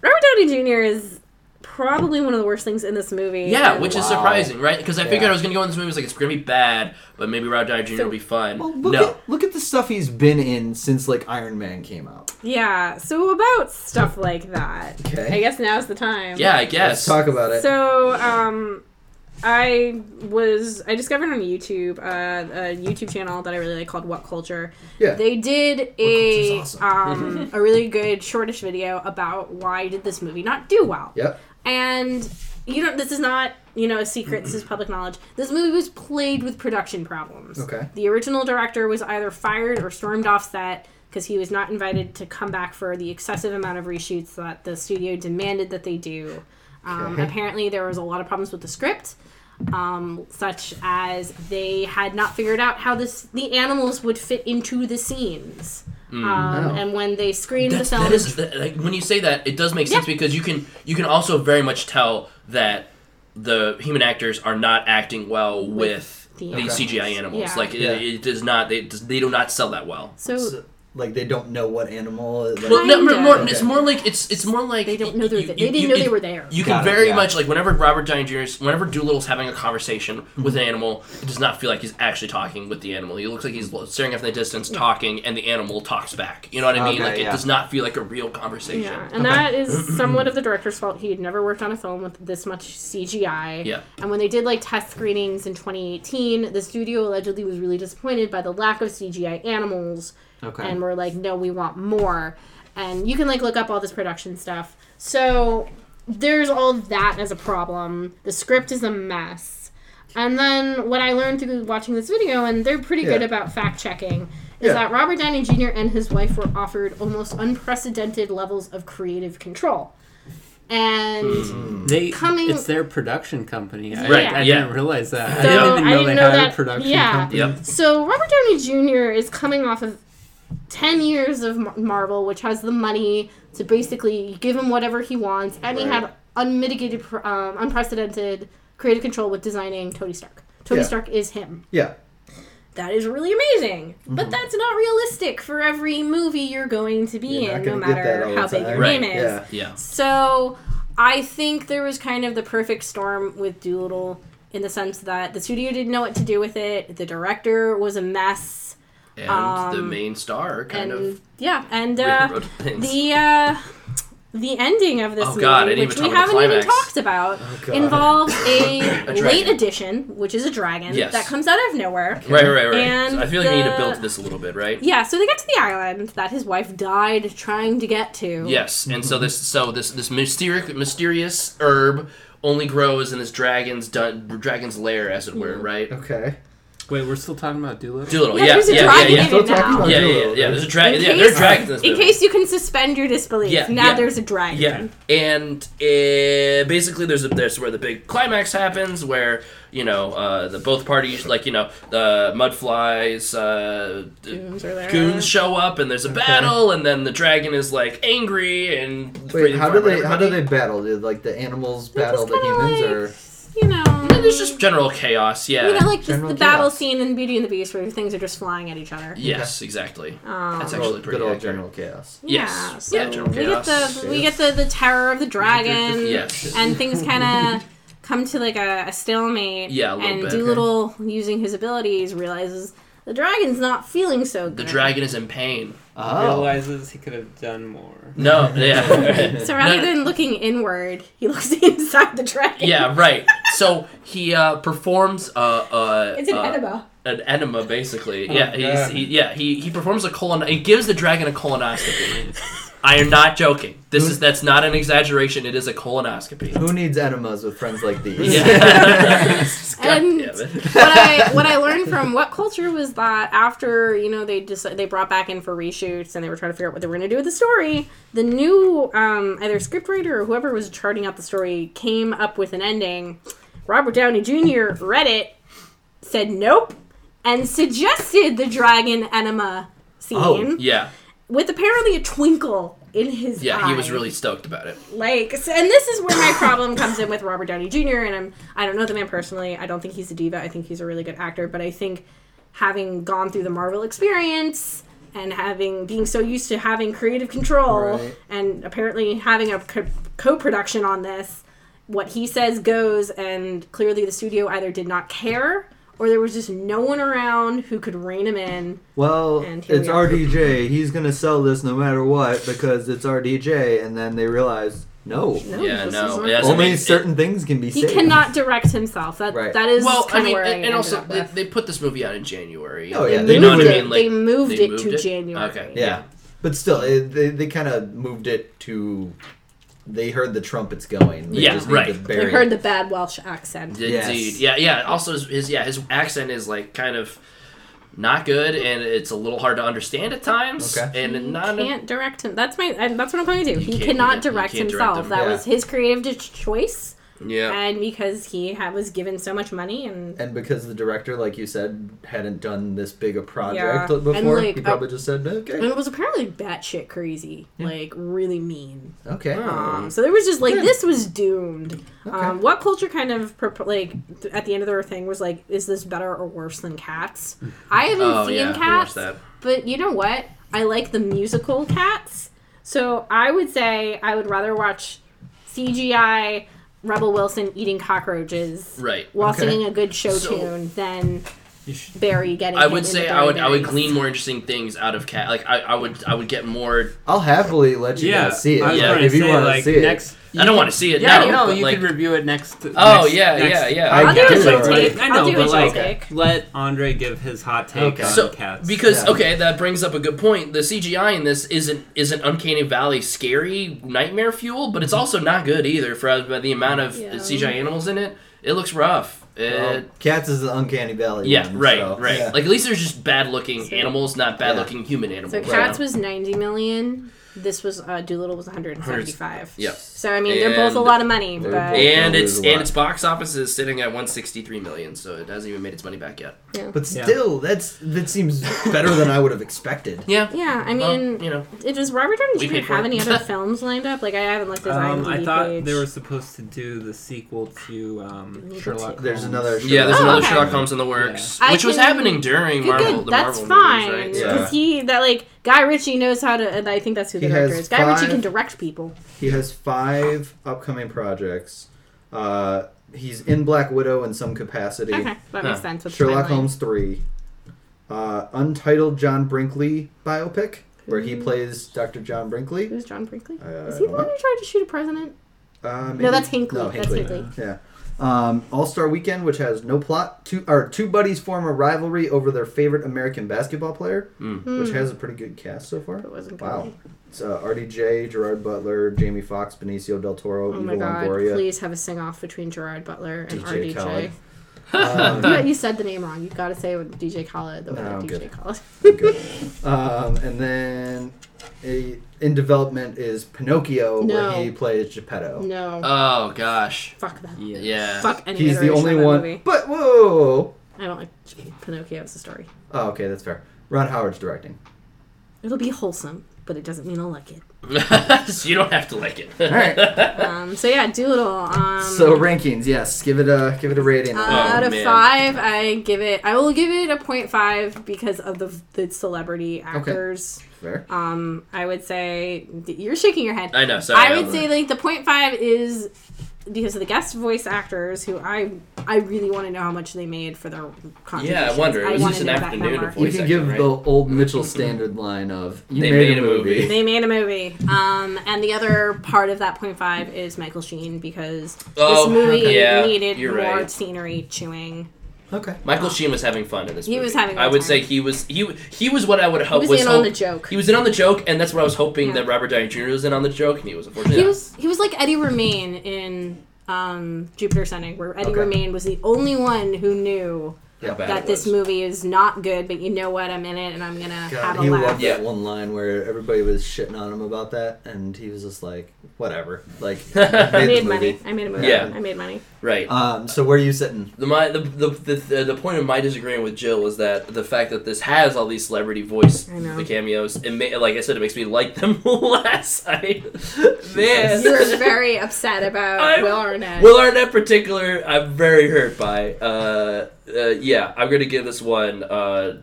Robert Downey Jr. is probably one of the worst things in this movie. yeah, And which is Wow. surprising, right? Because I figured Yeah. I was gonna go in this movie. I was like, it's gonna be bad, but maybe Rob Downey Jr. will be fun. Well, look no. at look at the stuff he's been in since like Iron Man came out. yeah. So about stuff like that. Okay. I guess now's the time. yeah, I Let's guess. talk about it. So um, I was I discovered on YouTube uh, a YouTube channel that I really like called What Culture. yeah. They did a Culture's um, a really good shortish video about why did this movie not do well. yep. And you know, this is not you know a secret. this is public knowledge. This movie was plagued with production problems. Okay. The original director was either fired or stormed off set because he was not invited to come back for the excessive amount of reshoots that the studio demanded that they do. Um, Okay. Apparently, there was a lot of problems with the script, um, such as they had not figured out how this the animals would fit into the scenes. Um, Oh. And when they screened That's, the film, that is that, like when you say that, it does make sense because you can you can also very much tell that the human actors are not acting well with. the The animals. CGI animals, Yeah. like Yeah. It, it does not, they, they do not sell that well. so So, like they don't know what animal. Like, Well, no, Kinda. more, it's Okay. more like it's it's more like they don't know they're you- there. you- They didn't you- know it- they were there. You can Got it, very yeah. much like whenever Robert Downey Jr. is whenever Doolittle's having a conversation with an animal, it does not feel like he's actually talking with the animal. He looks like he's lo- staring off in the distance, talking, and the animal talks back. You know what I mean? Okay, like it yeah. does not feel like a real conversation. Yeah, and that is somewhat of the director's fault. He had never worked on a film with this much CGI. Yeah. And when they did like test screenings in 2018, the studio allegedly was really disappointed by the lack of CGI animals, Okay. and were like, "No, we want more." And you can like look up all this production stuff. So there's all that as a problem. The script is a mess. And then what I learned through watching this video, and they're pretty Yeah. good about fact checking, is Yeah. that Robert Downey Jr. and his wife were offered almost unprecedented levels of creative control. And Mm-hmm. They Coming- it's their production company. I, Right, I yeah. didn't realize that. So, I didn't even I know didn't they know had that- a production yeah. company. Yep. so Robert Downey Jr. is coming off of 10 years of Mar- Marvel, which has the money to basically give him whatever he wants, and he Right. had unmitigated, pr- um, unprecedented creative control with designing Tony Stark. Tony Yeah. Stark is him. Yeah. that is really amazing. Mm-hmm. But that's not realistic for every movie you're going to be You're not in, no gonna get that matter all how the big your time. name is. Yeah. Yeah. So I think there was kind of the perfect storm with Doolittle in the sense that the studio didn't know what to do with it, the director was a mess, And the Um, main star kind and of yeah, and uh, rewrote things. the uh, the ending of this Oh, God, I movie, didn't which even we talk about haven't the even climax. Oh, talked about, God. involves a, A late dragon. edition, which is a dragon Yes. that comes out of nowhere. Right, right, right. right. And So I feel like we need to the- build to this a little bit, right? Yeah, so they get to the island that his wife died trying to get to. Yes, and so this so this this mysterious mysterious herb only grows in this dragon's dun, dragon's lair, as it were, right? Okay. Wait, we're still talking about Doolittle. Doolittle, Yeah, yeah, there's a yeah, yeah, dragon yeah, in it. Still now. talking about yeah, yeah, yeah, Doolittle. yeah. There's a dragon. In Yeah, there's case- dragons in this In movie. case you can suspend your disbelief, Yeah, now yeah. there's a dragon. Yeah, and uh, basically, there's a, there's where the big climax happens, where you know uh, the both parties, like you know the mudflies, uh, Goons are there. goons show up, and there's a battle, and then the dragon is like angry and Wait, breathing how do fire on they how do everybody. they battle? Did like the animals They're battle just the kinda humans or like, You know. And There's just general chaos. Yeah. You know, like just general the battle chaos. scene in Beauty and the Beast where things are just flying at each other. yes, exactly. Um, That's Good actually old- pretty good old accurate. general chaos? yeah, Yes. so Yeah, general we get chaos. the we get the, the terror of the dragon, Yes. and things kind of come to like a, a stalemate. Yeah, a little and bit. Doolittle, using his abilities, realizes the dragon's not feeling so good. The dragon is in pain. Oh, Realizes he could have done more. No, yeah. So rather No. than looking inward, he looks inside the dragon. yeah, right. So he uh, performs uh, uh, It's an uh, enema. an enema, basically. Oh, yeah, he's, God. he, yeah, he, he performs a colon. He gives the dragon a colonoscopy. I am not joking. This is that's not an exaggeration. It is a colonoscopy. who needs enemas with friends like these? Yeah. God And- damn it. what I what I learned from what culture was that after you know they just they brought back in for reshoots and they were trying to figure out what they were going to do with the story. The new um, either scriptwriter or whoever was charting out the story came up with an ending. Robert Downey Jr. read it, said nope, and suggested the dragon enema scene Oh, Yeah, with apparently a twinkle in his eye. yeah. He was really stoked about it. Like, so, and this is where my problem comes in with Robert Downey Jr. And I'm, I don't know the man personally. I don't think he's a diva. I think he's a really good actor. But I think having gone through the Marvel experience and having being so used to having creative control Right. and apparently having a co- co-production on this, what he says goes. And clearly, the studio either did not care or there was just no one around who could rein him in. Well, And here it's we are. RDJ. He's gonna sell this no matter what because it's RDJ. And then they realize no, No, Yeah, this no. isn't- It has- only I mean, it- certain things can be He saved. cannot direct himself. That Right. that is Well, I kind of mean, where I and, and ended also up they, with. they put this movie out in January. Oh, yeah, they, they you know what I moved it. mean. Like They moved it to January. Okay, Yeah. but still, it, they they kind of moved it to. They heard the trumpets going. They Yeah, just need right. To They bury I heard it. the bad Welsh accent. Indeed. Yes. Yeah, yeah. Also, his, his yeah, his accent is like kind of not good, and it's a little hard to understand at times. Okay. And He not can't direct him. That's my. I- That's what I'm going to do. He He, can't- cannot he- he direct can't direct himself. him. that Yeah. was his creative di- choice, yeah. and because he had, was given so much money and And because the director, like you said, hadn't done this big a project Yeah. And, before, like, he probably just said okay, and it was apparently batshit crazy, like really mean. Oh. okay. Um, so there was just like this was doomed. Okay. Um, what culture kind of prop- like th- at the end of their thing was like, is this better or worse than Cats? I haven't Oh seen yeah, we watched Cats. that. But you know what? I like the musical cats. So I would say I would rather watch CGI Rebel Wilson eating cockroaches Right. while Okay. singing a good show So- tune than You should, Barry getting. I hit would in say the I would I would berries. glean more interesting things out of cat. Like I, I would I would get more. I'll happily let you yeah, guys see it I was Yeah. like, gonna if you say, want to like, see it. next. I don't want to see it Yeah, now. no, but, you like, could review it next. Oh next- yeah, next- yeah, yeah. I I'll do get a it, show like, take. I I'll know, do a but show like, take. let Andre give his hot take Okay. on so cats. because Yeah. okay that brings up a good point the cgi in this isn't isn't uncanny valley scary nightmare fuel but it's also not good either for uh, the amount of Yeah. cgi animals in it it looks rough It, Well, cats is the uncanny valley. Um, yeah, one, right, so, right. yeah. Like at least there's just bad looking So- animals, not bad looking human animals. So you Cats know? was 90 million. This was uh, Doolittle was 175. Yep. So I mean, they're both a And- lot of money, They're but both- and Yeah, its there's a lot. and its box office is sitting at 163 million, so it hasn't even made its money back yet. But Yeah. still, that's that seems better than I would have expected. Yeah, yeah, I Well, mean, you know, it was Robert Downey We Jr. paid for have it. any other films lined up? Like I haven't looked at his Um, IMDb I thought page. they were supposed to do the sequel to um, Little Sherlock. There's Holmes. another Sherlock yeah. There's Oh, another okay. Sherlock Holmes in the works, I which was can- happening during Good, Marvel. good. The That's Marvel fine. movies, right? Yeah. Because he, that like, Guy Ritchie knows how to, and I think that's who the He director has is. Guy Ritchie five- can direct people. He has five upcoming projects. Uh, he's in Black Widow in some capacity. Okay, that Huh. makes sense. With Sherlock timeline. Holmes three, uh, untitled John Brinkley biopic where he plays Dr. John Brinkley. Who's John Brinkley? Uh, is he the one who tried to shoot a president? Uh, maybe- No, that's Hinckley. That's Hinckley. Yeah. Um, All Star Weekend, which has no plot. Two or two buddies form a rivalry over their favorite American basketball player, which has a pretty good cast so far. It Hmm. wasn't good. Wow. It's uh, RDJ, Gerard Butler, Jamie Foxx, Benicio del Toro, Oh Eva my god! Longoria, Please have a sing off between Gerard Butler and DJ RDJ. Khaled. Yeah, um, you said the name wrong. You've got to say with DJ Khaled, the way No, that I'm DJ good. Khaled. good. um, and then a, in development is Pinocchio, No. where he plays Geppetto. No, Oh gosh, fuck that. Yeah. yeah. Fuck any He's the iteration only of that one. Movie. But whoa! I don't like Pinocchio as a story. Oh, okay, that's fair. Ron Howard's directing. It'll be wholesome, but it doesn't mean I'll like it. So you don't have to like it. right. Um, so yeah, Doolittle. Um, Uh, So rankings, yes. Give it a give it a rating. Um, out Oh, of man. five, I give it. I will give it a point five because of the the celebrity actors. fair. Um, I would say you're shaking your head. I know. Sorry. I would say like the point five is because of the guest voice actors who I I really want to know how much they made for their contributions. Yeah, I wonder. It was wanna just an know that afternoon number. of You voice can acting, give right? the old Mitchell standard line of you They made, made a a movie. movie. They made a movie. Um, and the other part of that point five is Michael Sheen because Oh, this movie yeah, needed you're more right. scenery chewing. Okay. Michael Sheen was having fun in this. He movie. was having a I good would time. say he was he he Oh, was what I would He hope was, in hope- on the joke. He was in on the joke, and that's what I was hoping Yeah. that Robert Downey Jr. was in on the joke, and he was unfortunately. He not. was he was like Eddie Romaine in um, Jupiter Ascending, where Eddie Okay. Romaine was the only one who knew How bad that it this was. movie is not good. But you know what? I'm in it, and I'm gonna have God, a he laugh. loved Yeah. that one line where everybody was shitting on him about that, and he was just like, "Whatever." Like, made, I the made movie. money. I made a movie. Yeah. I made money. right. Um, so where are you sitting? The, my, the, the, the, the point of my disagreeing with Jill was that the fact that this has all these celebrity voice I know. the cameos, it ma- like I said, it makes me like them less. I, You were man. very upset about I- Will Arnett. Will Arnett, particular, I'm very hurt by. Uh, uh, yeah, I'm gonna give this one uh,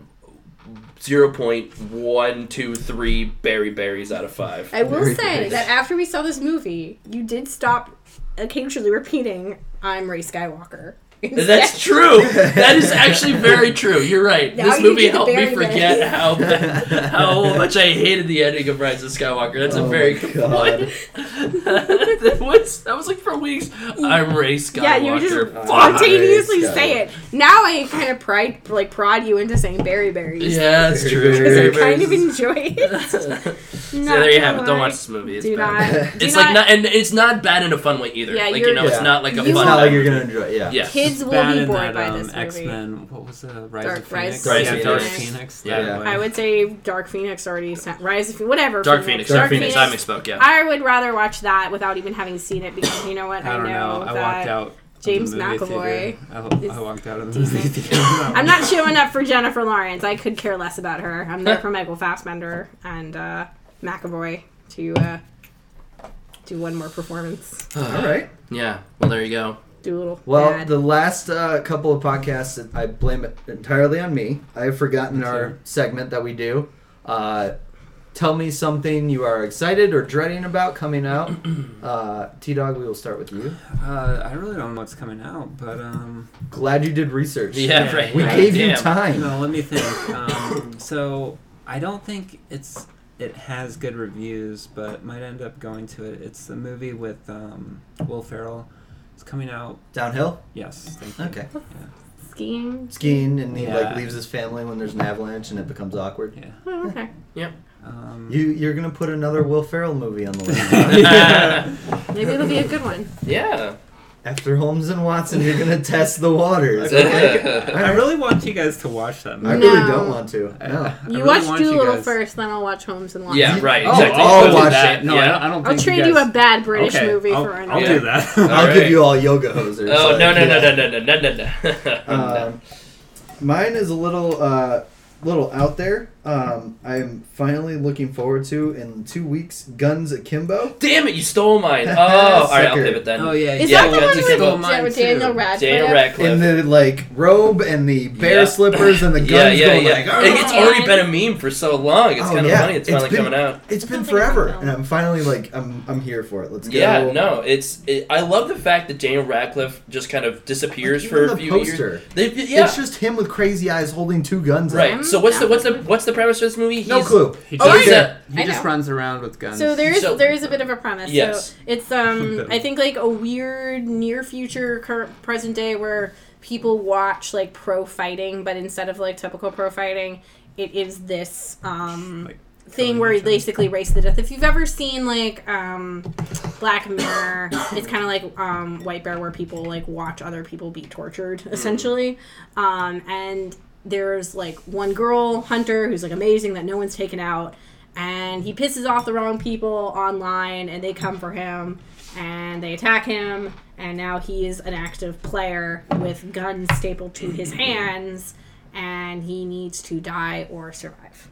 0.123 berry berries out of five. I will Very say nice. that after we saw this movie, you did stop occasionally repeating, "I'm Ray Skywalker." That's true. That is actually very true. You're right. Now this you movie get to helped me bury forget this. how how much I hated the ending of Rise of Skywalker. That's Oh a very my good God. one. that was that was like for weeks. I'm Ray Skywalker. Yeah, you were just Fuck. spontaneously Ray say it. Now I kind of pride, like prod you into saying Berry Berries. Yeah, that's true. Because I Berry kind of enjoy it. so Not there you gonna have it. Don't lie. watch this movie. It's Do bad. not. do It's like not, and it's not bad in a fun way either. Yeah, like you're- you know, it's Yeah. not like a It's You fun. not are- like you're gonna enjoy. it, Yeah. Yeah. Kids will Bad be in bored that by um, this X movie. Men. What was the Rise Dark of Rise Phoenix? of yeah, Phoenix. Dark Phoenix. Phoenix. Yeah. that way. I would say Dark Phoenix already sa Rise of Phoenix, whatever. Dark Phoenix. Dark Phoenix. I misspoke. Yeah. I would rather watch that without even having seen it because you know what? I I, don't know. I that walked out. of James the movie McAvoy Theater. I, I is walked out of the movie theater. I'm not showing up for Jennifer Lawrence. I could care less about her. I'm there for Michael Fassbender and uh, McAvoy to uh, do one more performance. All right. Yeah. Well, there you go. Do a little Well, bad. the last uh, couple of podcasts, I blame it entirely on me. I have forgotten our too. segment that we do. Uh, tell me something you are excited or dreading about coming out. Uh, T Dog, we will start with you. Uh, I really don't know what's coming out, but um, Glad you did research. Yeah. Yeah. Right. We right, gave you damn. time. no, let me think. Um, so I don't think it's it has good reviews, but might end up going to it. It's the movie with um, Will Ferrell. It's coming out. Downhill? Yes. Thank you. Okay. skiing. Skiing, and he like Yeah. leaves his family when there's an avalanche, and it becomes awkward. Yeah. Oh, okay. Um, You you're gonna put another Will Ferrell movie on the list. yeah. Maybe it'll be a good one. Yeah. After Holmes and Watson, you're gonna test the waters. I really want you guys to watch that I movie. No. really don't want to. No. I You really watch want you Doolittle guys- first, then I'll watch Holmes and Watson. yeah, right. Oh, Exactly. I'll Let's do watch that. it. No, yeah. I, I don't I'll think trade you, you guys... a bad British okay, movie I'll, for I'll another. do that. I'll give right. you all yoga hosers. Oh like, no no no yeah. no no no no no no! Um, mine is a little uh, little out there. Um, I'm finally looking forward to in two weeks. Guns Akimbo. Damn it! You stole mine. Oh, all right. I'll Sucker. pivot then. oh yeah. Is Yeah, that the we one have to get all with mine, Dan- with too. Daniel Radcliffe? Daniel In Radcliffe. the like robe and the bear Yeah. slippers and the guns yeah, yeah, going yeah. like. "Ah!" "Argh!" It- it's already been a meme for so long. It's Oh, kind of yeah. funny. It's It's finally been- coming out. It's been Something I forever, know. and I'm finally like I'm I'm here for it. Let's go. Yeah, no, it's. It, I love the fact that Daniel Radcliffe just kind of disappears Like, for even a the few poster. years. They, yeah, It's just him with crazy eyes holding two guns. out. right. So what's the what's the what's the premise of this movie? He's, No clue. He Oh, just, he's a- he I just know. runs around with guns. So there is So- there is a bit of a premise. Yes. Uh, So it's um I think like a weird near future current present day where people watch like pro fighting, but instead of like typical pro fighting, it is this um Like, thing where each they basically race to death. If you've ever seen like um Black Mirror, it's kind of like um White Bear where people like watch other people be tortured Mm-hmm. essentially. Um and there's like one girl hunter who's like amazing that no one's taken out and he pisses off the wrong people online and they come for him and they attack him and now he is an active player with guns stapled to Mm-hmm. his hands and he needs to die or survive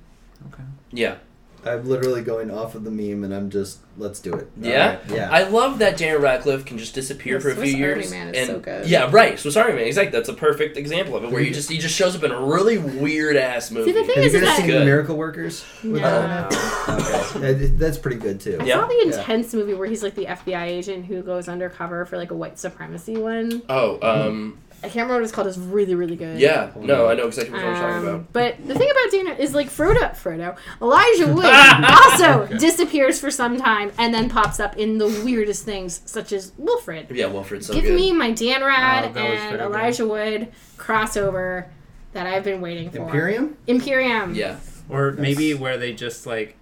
Yeah, I'm literally going off of the meme, and I'm just let's do it. yeah, Alright, yeah. I love that Daniel Radcliffe can just disappear The for a Swiss few Army years. Man is and, so good. Yeah, right. Swiss Army Man. Exactly. That's a perfect example of it, where you just he just shows up in a really weird ass movie. Um, the thing Have is- you guys that- seen Good. The Miracle Workers? No. Okay. Yeah, th- That's pretty good too. I Yeah. saw the Yeah. intense movie where he's like the FBI agent who goes undercover for like a white supremacy one. oh, um, I can't remember what it's called. It's really, really good. yeah. No, I know exactly what you're talking Um, about. but the thing about Dana is like Frodo, Frodo, Elijah Wood also disappears for some time and then pops up in the weirdest things, such as Wilfred. Yeah, Wilfred's so Give good. Uh, me my Dan Rad Oh, that was and very good. Elijah Wood crossover that I've been waiting for. Imperium. Imperium. yeah. Or maybe where they just like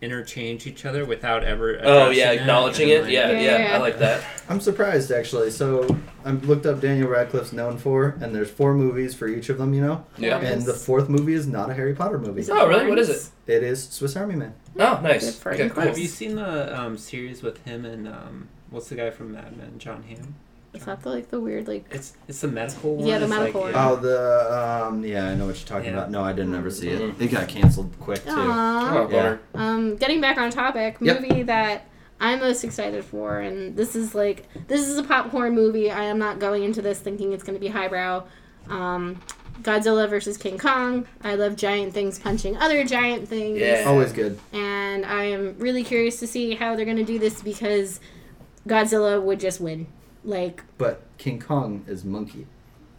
interchange each other without ever. Oh yeah, addressing acknowledging and, it. like- Yeah, Yeah, yeah. yeah. I like that. I'm surprised actually. So I looked up Daniel Radcliffe's known for, and there's four movies for each of them. You know, Yeah. and the fourth movie is not a Harry Potter movie. Is Oh, really? What is Barnes? It is Swiss Army Man. Oh, Good nice. for Okay, you. cool. Have you seen the um, series with him and um, what's the guy from Mad Men, John Hamm? Is that the, like the weird like? It's it's the medical one. Yeah, the It's medical like, one. Oh, the um, yeah, I know what you're talking Yeah. about. No, I didn't ever see it. Mhm. It got canceled quick too. Aww. Oh, bummer. Um, getting back on topic, Yep. movie that I'm most excited for, and this is like this is a popcorn movie. I am not going into this thinking it's going to be highbrow. Um, Godzilla versus King Kong. I love giant things punching other giant things, Yeah. Always good. and I am really curious to see how they're going to do this because Godzilla would just win. Like, But King Kong is monkey.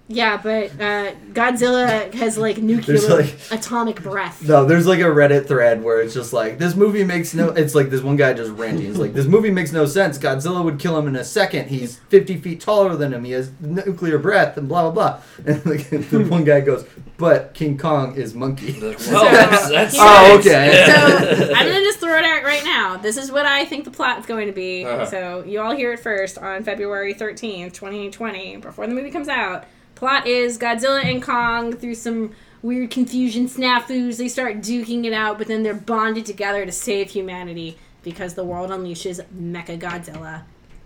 yeah, but uh, Godzilla has like nuclear like- atomic breath. No, there's like a Reddit thread where it's just like this movie makes no. It's like this one guy just ranting. He's like, this movie makes no sense. Godzilla would kill him in a second. He's 50 feet taller than him. He has nuclear breath and blah blah blah. And like, the one guy goes, but King Kong is monkey. Well, So- that's, that's Oh, nice. okay. So I'm gonna just throw it out right now. This is what I think the plot's going to be. Uh-huh. So you all hear it first on February 13th, 2020, before the movie comes out. Plot is Godzilla and Kong through some weird confusion snafus. They start duking it out, but then they're bonded together to save humanity because the world unleashes Mecha Godzilla,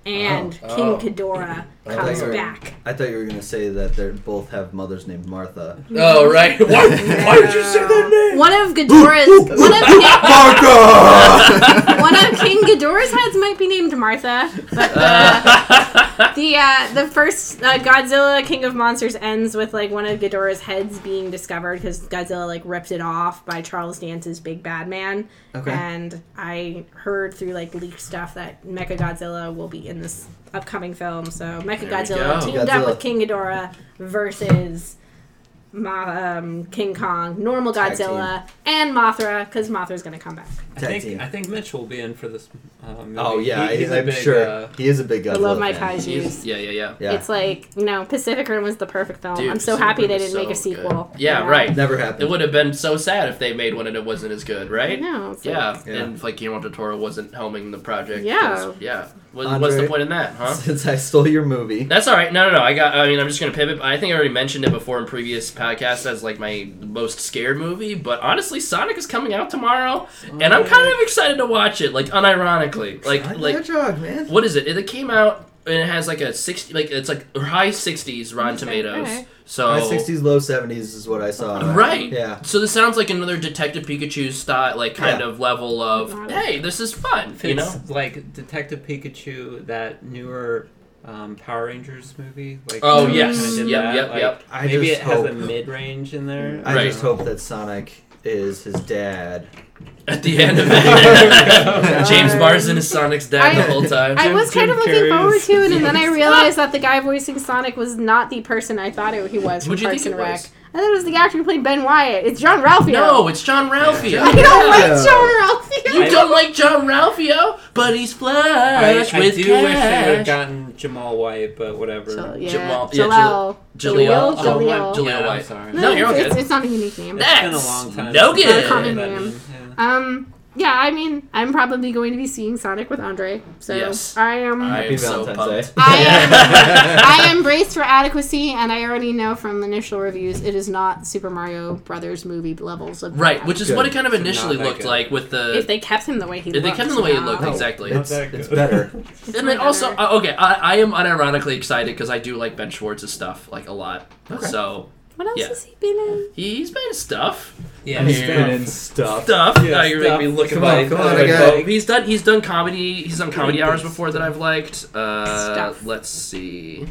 and Oh. King Oh. Ghidorah I comes thought you were- back. I thought you were gonna say that they both have mothers named Martha. Oh right. Why, why would you say that name? One of Ghidorah's one of King, Martha. One of King Ghidorah's heads might be named Martha, but the the, uh, the first uh, Godzilla King of Monsters ends with like one of Ghidorah's heads being discovered because Godzilla like ripped it off by Charles Dance's Big Bad Man. Okay. And I heard through like leaked stuff that Mecha Godzilla will be in this upcoming film. So Mecha go. Godzilla teamed up with Godzilla. King Ghidorah versus. Ma- um, King Kong, normal Tag team. Godzilla, and Mothra, because Mothra's gonna come back. I Tag think team. I think Mitch will be in for this. Uh, movie. oh yeah, He- he's a I'm big, sure uh, he is a big Godzilla. I love my fan. kaijus. Yeah, yeah, yeah. Yeah, It's like you know, Pacific Rim was the perfect film. Dude, I'm so Pacific happy Rim they is didn't make a so good. sequel. Yeah, you know? right. never It happened. would have been so sad if they made one and it wasn't as good, I right? know. it's like- Yeah. Yeah. and like Guillermo del Toro wasn't helming the project. Yeah. 'cause- yeah. What, what's the Andre. point in that, huh? Since I stole your movie. That's all right. No, no, no. I got. I mean, I'm just gonna pivot. I think I already mentioned it before in previous podcasts as like my most scared movie. But honestly, Sonic is coming out tomorrow, and I'm kind of excited to watch it. Like unironically, like Sonic the like Hedgehog, man. what is it? It came out and it has like a sixty, like it's like high sixties Rotten Okay, Tomatoes. alright. So High 60s, low 70s is what I saw. Right. Yeah. So this sounds like another Detective Pikachu style, like kind Yeah. of level of Wow. hey, this is fun. If You it's know. like Detective Pikachu, that newer um, Power Rangers movie. Like Oh, kinda yes. did Yep, that, yep, yep. I Maybe just it has a hope- mid range in there. I Right. just hope that Sonic is his dad. At the end of God. it, James Marsden is Sonic's dad the I- whole time. I was Jim kind of looking Carrey's- forward to it, and then I realized that the guy voicing Sonic was not the person I thought it, he was from Who'd you think Parks and it was? Rec. I thought it was the actor who played Ben Wyatt. It's John Ralphio. No, it's John Ralphio. I don't Yeah. like John Ralphio. You don't like John Ralphio, but he's I, flush I with do wish they would have cash. gotten Jamal White, but whatever. So, yeah. Jamal- yeah, Jalal. Jaleel. Jaleel. Oh, Jaleel. Jaleel Yeah, I'm White. sorry. No, you're all it's, good. it's not a unique name. That- It's been a long time. No since good. I've heard Common that name. name, Um, yeah, I mean, I'm probably going to be seeing Sonic with Andre, so Yes. I am. I Happy am so Valentine's pumped. Day. I am, I am braced for adequacy, and I already know from the initial reviews it is not Super Mario Brothers movie levels of Right, which is what it kind of Good. initially Not that looked good. like with the. if they kept him the way he If they looked. kept him the way he wow. looked, No, exactly. It's, Not that it's good. better. It's and way then also, better. uh, okay, I, I am unironically excited because I do like Ben Schwartz's stuff like a lot. Okay. So what else yeah. has he been in? he's been stuff, Yeah. And Yeah. he's been in stuff. stuff. Yeah, now you're stuff. making me look at Come on, my. come on, my I got phone. it. He's done. He's done comedy. He's done comedy hours before that I've liked. Uh, Stuff. Let's see.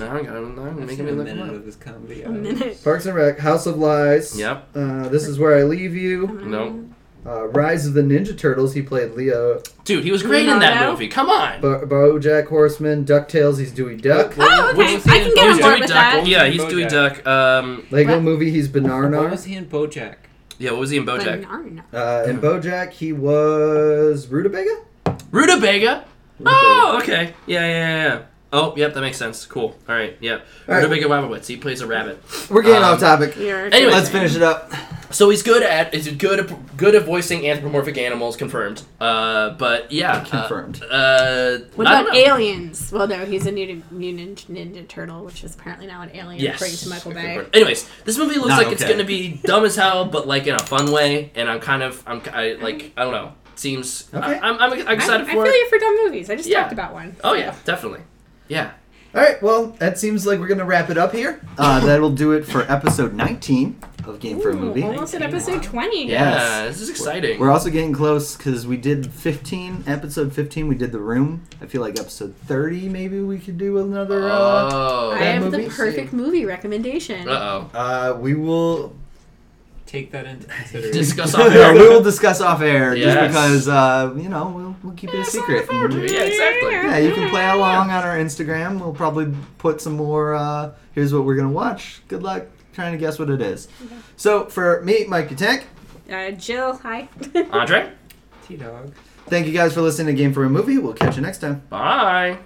I don't got. I'm I've making seen me a look him minute up. of this comedy. A minute. Parks and Rec, House of Lies. Yep. Uh, this is where I leave you. Mm. No. Uh, Rise of the Ninja Turtles. He played Leo. Dude, he was great in that Leonardo? movie. Come on. Bo- BoJack Horseman. Ducktales. He's Dewey Duck. Oh, What okay. was he I in? can get he's on board Bojack Dewey with Duck. that. Yeah, he's Bojack. Dewey Duck. Um, Lego What? movie. He's What Bernarnar. was he in BoJack? yeah, what was he in BoJack? Banana. Uh, and BoJack, he was Rutabaga. Rutabaga. Oh, okay. Yeah, yeah, yeah, yeah. Oh, yep, that makes sense. Cool. All right, yep. All right. Rutabaga Wabowitz. He plays a rabbit. We're getting Um, off topic. You're Anyway. Let's finish it up. So he's good at is good at, good at voicing anthropomorphic animals, confirmed. Uh, but yeah, uh, Confirmed. Uh, What I don't about know. aliens? Well, no, he's a mutant, mutant ninja turtle, which is apparently now an alien, Yes. according to Michael Bay. Confirmed. Anyways, this movie looks Not like it's okay. gonna be dumb as hell, but like in a fun way. And I'm kind of I'm I, like I don't know. Seems Okay. I, I'm, I'm excited I, for I feel it. you for dumb movies. I just Yeah. talked about one. Oh yeah, definitely. Yeah. All right, well, that seems like we're going to wrap it up here. Uh, that'll do it for episode 19 of Game for a Ooh, Movie. Almost at episode 20. Yeah. Yes. Yeah, this is exciting. We're also getting close because we did 15, episode 15, we did The Room. I feel like episode 30, maybe we could do another. Uh, oh. I Bad have movie? the perfect movie recommendation. Uh oh. uh, we will Take that into consideration. Discuss off yeah, air. we will discuss off air just Yes. because, uh, you know, we'll, we'll keep it a It's on secret. the Mhm. phone, dude. Yeah, exactly. Yeah, you Mm-hmm. can play along on our Instagram. We'll probably put some more. Uh, here's what we're gonna watch. Good luck trying to guess what it is. So for me, Mike Tank. Uh, Jill, hi. Andre, T Dog. Thank you guys for listening to Game for a Movie. We'll catch you next time. bye.